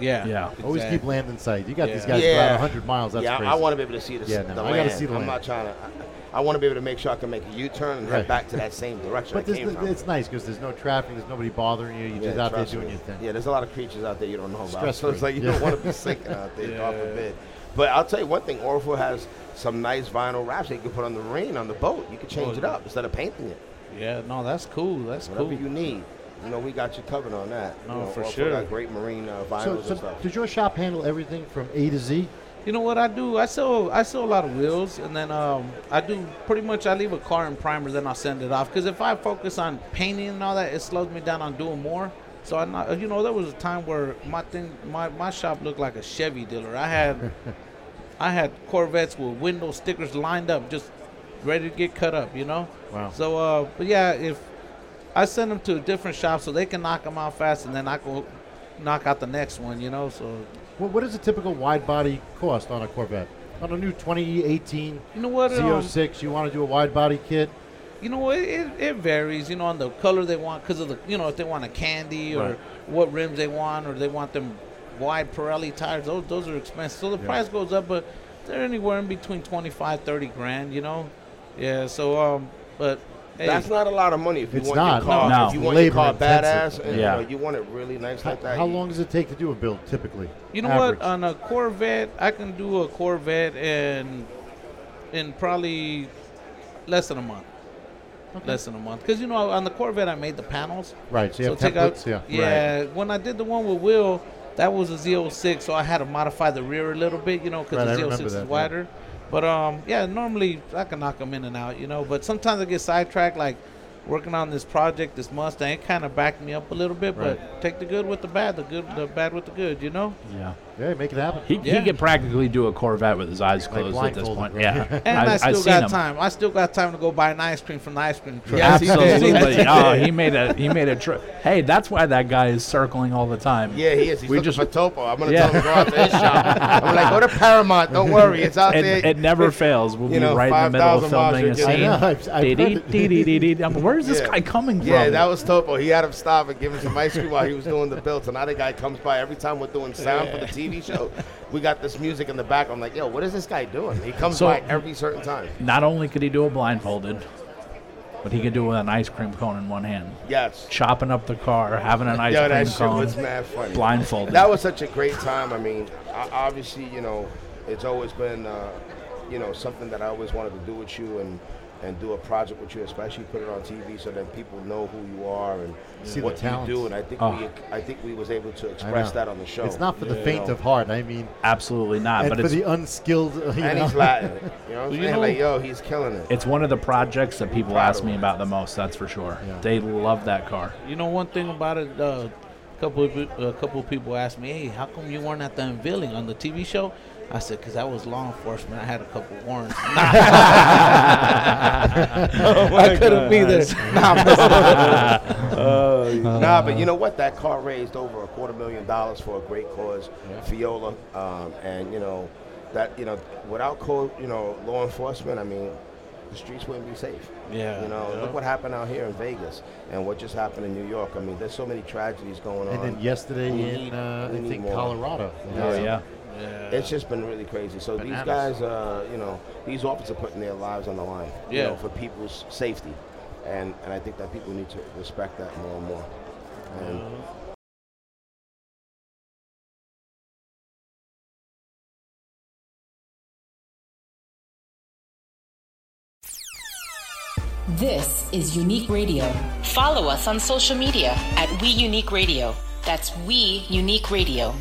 S10: Yeah.
S2: Yeah.
S7: Always keep
S10: Exactly.
S7: land in sight. You got these
S10: Yeah.
S7: guys
S3: Yeah.
S7: about 100 miles. That's
S3: yeah, I-
S7: crazy.
S3: I want to be able to see the,
S7: Yeah,
S3: the
S7: no, I
S3: land.
S7: gotta see the
S3: I'm
S7: land.
S3: not trying to. I, I want to be able to make sure I can make a U-turn and
S7: Right.
S3: head back to that same direction
S7: But
S3: I
S7: this,
S3: came from.
S7: it's nice because there's no traffic. There's nobody bothering you. You're
S3: Yeah,
S7: just out there
S3: trust
S7: doing
S3: me.
S7: your thing.
S3: Yeah, there's a lot of creatures out there you don't know about.
S7: Stress
S3: so it's
S7: free.
S3: like you
S7: Yeah.
S3: don't want to
S7: [laughs]
S3: be sinking out there, God forbid. But I'll tell you one thing, Orville has some nice vinyl wraps that you can put on the rain on the boat. You can
S7: Oh,
S3: change it up instead of painting it.
S10: Yeah. No, that's cool. That's
S3: Whatever
S10: cool.
S3: you need. You know, we got you covered on that.
S10: No,
S3: you know,
S10: for
S3: Orville
S10: sure.
S3: Got great marine uh, vinyls
S7: Oh, So,
S3: and
S7: so
S3: stuff.
S7: does your shop handle everything from A to Z?
S10: You know what I do? I sell I sell a lot of wheels, and then um, I do pretty much I leave a car in primer, then I'll send it off. Because if I focus on painting and all that, it slows me down on doing more. So I not, you know there was a time where my thing my, my shop looked like a Chevy dealer. I had I had Corvettes with window stickers lined up, just ready to get cut up. You know.
S7: Wow.
S10: So uh, but yeah, if I send them to a different shop so they can knock them out fast, and then I go knock out the next one. You know. So
S7: Well, what is a typical wide body cost on a Corvette? On a new 2018
S10: you know what? um,
S7: Z06, you want to do a wide body kit?
S10: you know it, it, it varies you know on the color they want because of the you know if they want a candy or
S7: Right.
S10: what rims they want or they want them wide pirelli tires those those are expensive so the price goes up but they're anywhere in between 25 30 grand you know yeah so um but hey,
S3: That's not a lot of money if you
S7: It's
S3: want
S7: not.
S3: your car.
S2: No.
S3: If you want your
S7: Labor
S3: car
S7: intensive.
S3: badass, and, uh,
S2: Yeah.
S3: you, know, you want it really nice
S7: How,
S3: like that.
S7: how
S3: you-
S7: long does it take to do a build typically?
S10: you know
S7: Average.
S10: what on a corvette i can do a corvette in in probably less than a month less than a month because you know on the corvette i made the panels
S7: Right, so you have
S10: take out-
S7: templates, yeah.
S10: Yeah. When I did the one with Will, that was a Z06, so I had to modify the rear a little bit, you know,
S7: Right,
S10: because
S7: I
S10: the Z06
S7: remember
S10: is
S7: that, yeah.
S10: wider. But um, yeah, normally I can knock them in and out, you know. But sometimes I get sidetracked, like working on this project, this Mustang. It kind of backed me up a little bit, but take the good with the bad, the good, the bad with the good, you know.
S2: Yeah.
S7: Yeah, make it happen.
S2: He,
S10: Yeah.
S2: he can practically do a Corvette with his eyes closed at this
S7: blindfolded,
S2: point.
S7: right?
S3: [laughs]
S2: Yeah.
S10: And I,
S2: I've
S10: still
S2: seen
S10: got
S2: him.
S10: time. I still got time to go buy an ice cream from the ice cream truck.
S3: Yes, he did.
S2: [laughs] Absolutely. oh, he made a he made a trip. Hey, that's why that guy is circling all the time.
S3: Yeah, he is. He's
S2: We
S3: looking
S2: just-
S3: for Topo. I'm gonna
S2: Yeah.
S3: tell him to go out to his shop.
S2: [laughs]
S3: I'm like, go to Paramount. Don't worry, it's out
S2: It,
S3: there.
S2: it never fails. We'll
S3: you know,
S2: be right in the middle of
S3: 5,000 miles
S2: filming a
S3: you're just-
S7: I
S2: scene.
S7: know, I've- I've heard
S2: Dee-dee,
S7: it.
S2: dee-dee, dee-dee. I'm like, Where is this
S3: Yeah.
S2: guy coming from?
S3: Yeah, that was Topo. He had him stop and give him some ice cream while he was doing the build. So now the guy comes by every time we're doing sound for the TV show. We got this music in the back. I'm like, yo, what is this guy doing? He comes
S2: So-
S3: by every certain time.
S2: Not only could he do it blindfolded, but he could do it with an ice cream cone in one hand,
S3: Yes.
S2: chopping up the car, having an ice
S3: Yo,
S2: cream
S3: that shit
S2: cone,
S3: was mad funny.
S2: blindfolded.
S3: That was such a great time. I mean, I, obviously, you know, it's always been, uh, you know, something that I always wanted to do with you and and do a project with you, especially put it on TV so that people know who you are and
S7: See the
S3: what you
S7: talents.
S3: do. And I think
S2: Oh.
S3: we, I think we was able to
S7: I
S3: express
S7: know.
S3: that on the show.
S7: It's not for the
S3: You
S7: faint
S3: know?
S7: of heart. I mean,
S2: Absolutely not.
S7: and
S2: Ah, But
S7: for
S2: it's
S7: the unskilled. uh, You
S3: And
S7: know.
S3: he's Latin. You know what I'm
S2: You
S3: saying?
S2: know-
S3: like, yo, he's killing it.
S2: it's one of the projects that people ask me about the most. That's for sure. They love that car.
S10: You know one thing about it. Uh, a couple of, pe- a couple of people asked me, "Hey, how come you weren't at the unveiling on the TV show?" I said, "Cause I was law enforcement. I had a couple warrants. [laughs] I couldn't be there."
S3: [laughs]
S7: [laughs]
S10: Nah, I'm messing with you.
S7: Uh,
S3: nah, but you know what? That car raised over a quarter million dollars for a great cause, Fiola, um, and you know that you know without co- you know law enforcement, I mean, the streets wouldn't be safe.
S10: Yeah,
S3: you know,
S10: yeah.
S3: look what happened out here in Vegas, and what just happened in New York. I mean, there's so many tragedies going on.
S7: And then yesterday
S3: We
S7: in,
S3: need-
S7: uh,
S3: we
S7: I
S3: need
S7: think,
S3: more.
S7: Colorado.
S2: Oh yeah.
S3: It's just been really crazy. So these
S7: Bananas.
S3: guys, uh, you know, these officers are putting their lives on the line, you
S10: Yeah.
S3: know, for people's safety, and and I think that people need to respect that more and more. And
S1: This is Unique Radio. Follow us on social media at We Unique Radio. That's We Unique Radio.